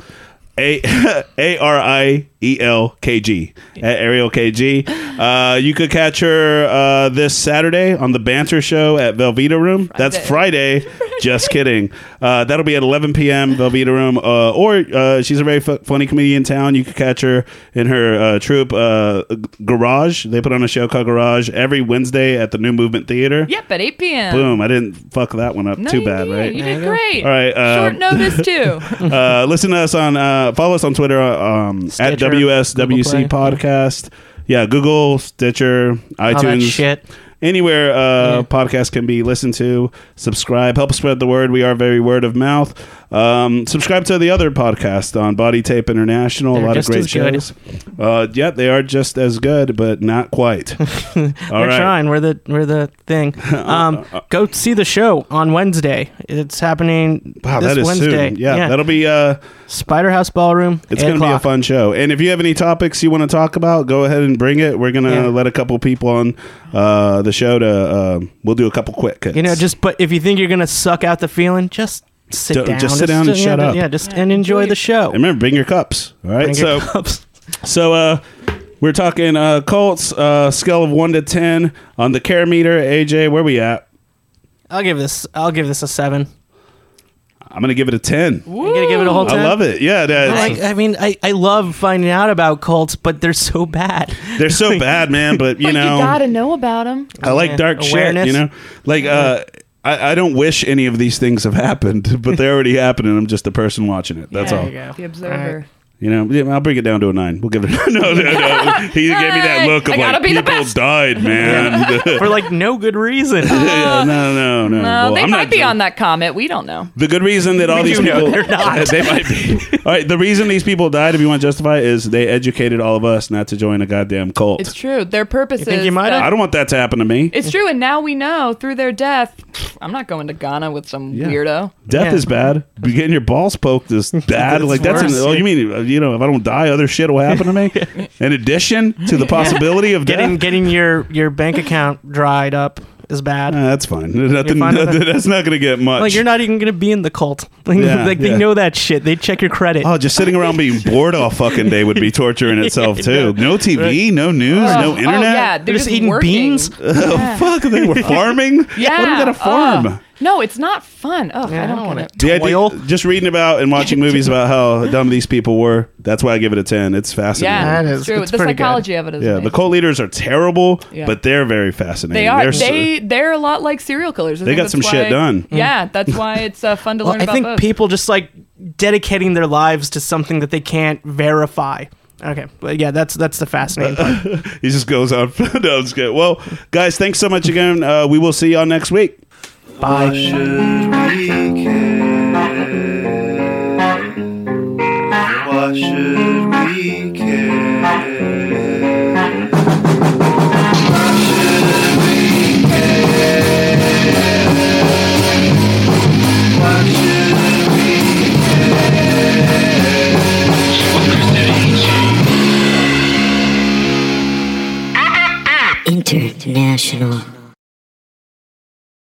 S2: a a r i e l k g at Ariel K G. Uh, you could catch her uh, this Saturday on the Banter Show at Velveeta Room. That's Friday. Just kidding. Uh, that'll be at 11 p.m. Velveeta Room. Uh, or uh, she's a very fu- funny comedian in town. You could catch her in her uh, troupe uh, G- Garage. They put on a show called Garage every Wednesday at the New Movement Theater.
S1: Yep, at 8 p.m.
S2: Boom! I didn't fuck that one up
S1: No,
S2: too
S1: you
S2: bad,
S1: did.
S2: right?
S1: You did great.
S2: All right, uh,
S1: short notice too.
S2: uh, listen to us on uh, follow us on Twitter uh, um, at
S3: Stitcher,
S2: WSWC
S3: Google Play.
S2: podcast. Yeah, Google, Stitcher, iTunes,
S3: All that shit.
S2: anywhere uh,
S3: Yeah.
S2: podcast can be listened to. Subscribe, help spread the word. We are very word of mouth. Um, subscribe to the other podcast on Body Tape International.
S3: They're
S2: a lot
S3: just
S2: of great
S3: as good.
S2: shows. Uh, yeah, they are just as good, but not quite. All
S3: We're
S2: right, Uh,
S3: trying. We're the we're the thing. Um, go see the show on Wednesday. It's happening
S2: wow,
S3: this
S2: that is
S3: Wednesday.
S2: soon. Yeah, that'll be. Uh,
S3: Spider House Ballroom.
S2: It's
S3: 8
S2: going to be a
S3: o'clock.
S2: fun show. And if you have any topics you want to talk about, go ahead and bring it. We're going to
S3: Yeah.
S2: let a couple people on uh, the show to, uh, we'll do a couple quick hits.
S3: You know, just but if you think you're gonna suck out the feeling, just sit
S2: Don't-
S3: down.
S2: just sit down and
S3: yeah,
S2: shut
S3: yeah,
S2: up.
S3: Yeah, just and enjoy the show.
S2: And remember, bring your cups. All right.
S3: Bring
S2: so,
S3: your cups.
S2: so, uh, we're talking uh, Colts, uh, scale of 1 to 10 on the care meter. AJ, where we at?
S3: I'll give this. I'll give this a seven.
S2: I'm going to give it a 10.
S3: You gonna give it a whole ten?
S2: I love it. Yeah. That's,
S3: Like, I mean, I, I love finding out about cults, but they're so bad.
S2: they're so bad, man. But, you
S1: but
S2: know.
S1: you gotta know about him.
S2: I like
S3: Yeah.
S2: dark
S3: Awareness.
S2: shit, you know? Like, uh, I, I don't wish any of these things have happened, but they already happened, and I'm just a person watching it. That's
S3: Yeah.
S2: all.
S3: There you go.
S1: The observer.
S2: You know, yeah, I'll bring it down to a nine. We'll give it. No, no, no. He gave me that look of
S1: I gotta
S2: like
S1: be the
S2: people
S1: best."
S2: died, man. yeah,
S3: For like no good reason.
S2: yeah, no, no, no.
S1: No,
S2: Well,
S1: they
S2: I'm
S1: might
S2: not
S1: be
S2: joking.
S1: on that comet. We don't know.
S2: The good reason that all these
S3: do know
S2: people
S3: they're not.
S2: they might be. All right, the reason these people died, if you want to justify, it, is they educated all of us not to join a goddamn cult.
S1: It's true. Their purpose
S3: You think
S1: is
S3: you might
S1: that-
S2: I don't want that to happen to me.
S1: It's true, and now we know through their death. I'm not going to Ghana with some
S2: Yeah.
S1: weirdo.
S2: Death
S3: Yeah.
S2: is bad. Be- Getting your balls poked is bad.
S3: That's
S2: like that's an,
S3: worse.
S2: oh, you mean uh, you know if I don't die, other shit will happen to me. In addition to the possibility of
S3: getting
S2: death,
S3: getting your your bank account dried up is bad.
S2: Uh, that's fine. Nothing,
S3: fine with
S2: nothing- that's not going to get much.
S3: like you're not even gonna be in the cult. Like,
S2: Yeah,
S3: like
S2: yeah.
S3: they know that shit. They check your credit.
S2: Oh, just sitting around being bored all fucking day would be torture in itself too. No TV, no news, no
S1: Oh,
S2: internet.
S1: Oh, yeah,
S3: They're
S1: they're
S3: just eating
S1: working.
S3: beans.
S2: Oh, fuck, they were farming.
S1: Yeah.
S2: what am I gonna farm?
S1: Ugh. no, it's not fun. Oh, I don't, want it.
S2: The idea-
S3: Toil.
S2: just reading about and watching movies about how dumb these people were. That's why I give it a ten. It's fascinating.
S1: Yeah,
S3: That
S1: it's
S3: is-
S1: true.
S3: it's
S1: the
S3: pretty good.
S1: psychology of it is.
S2: Yeah, the
S1: amazing.
S2: cult leaders are terrible,
S1: Yeah.
S2: but they're very fascinating.
S1: They are.
S2: They're so-
S1: They they're a lot like serial killers. I
S2: They
S1: think
S2: got
S1: that's
S2: some shit
S1: why-
S2: done.
S1: Yeah, that's why it's uh, fun to
S3: Well,
S1: learn
S3: I
S1: about
S3: think
S1: both.
S3: people just like dedicating their lives to something that they can't verify. Okay, but yeah, that's that's the fascinating part.
S2: he just goes on. no, I'm just kidding. Well, guys, thanks so much again. Uh, we will see y'all next week.
S3: Bye.
S4: Why should we care? Why should we care?
S5: International.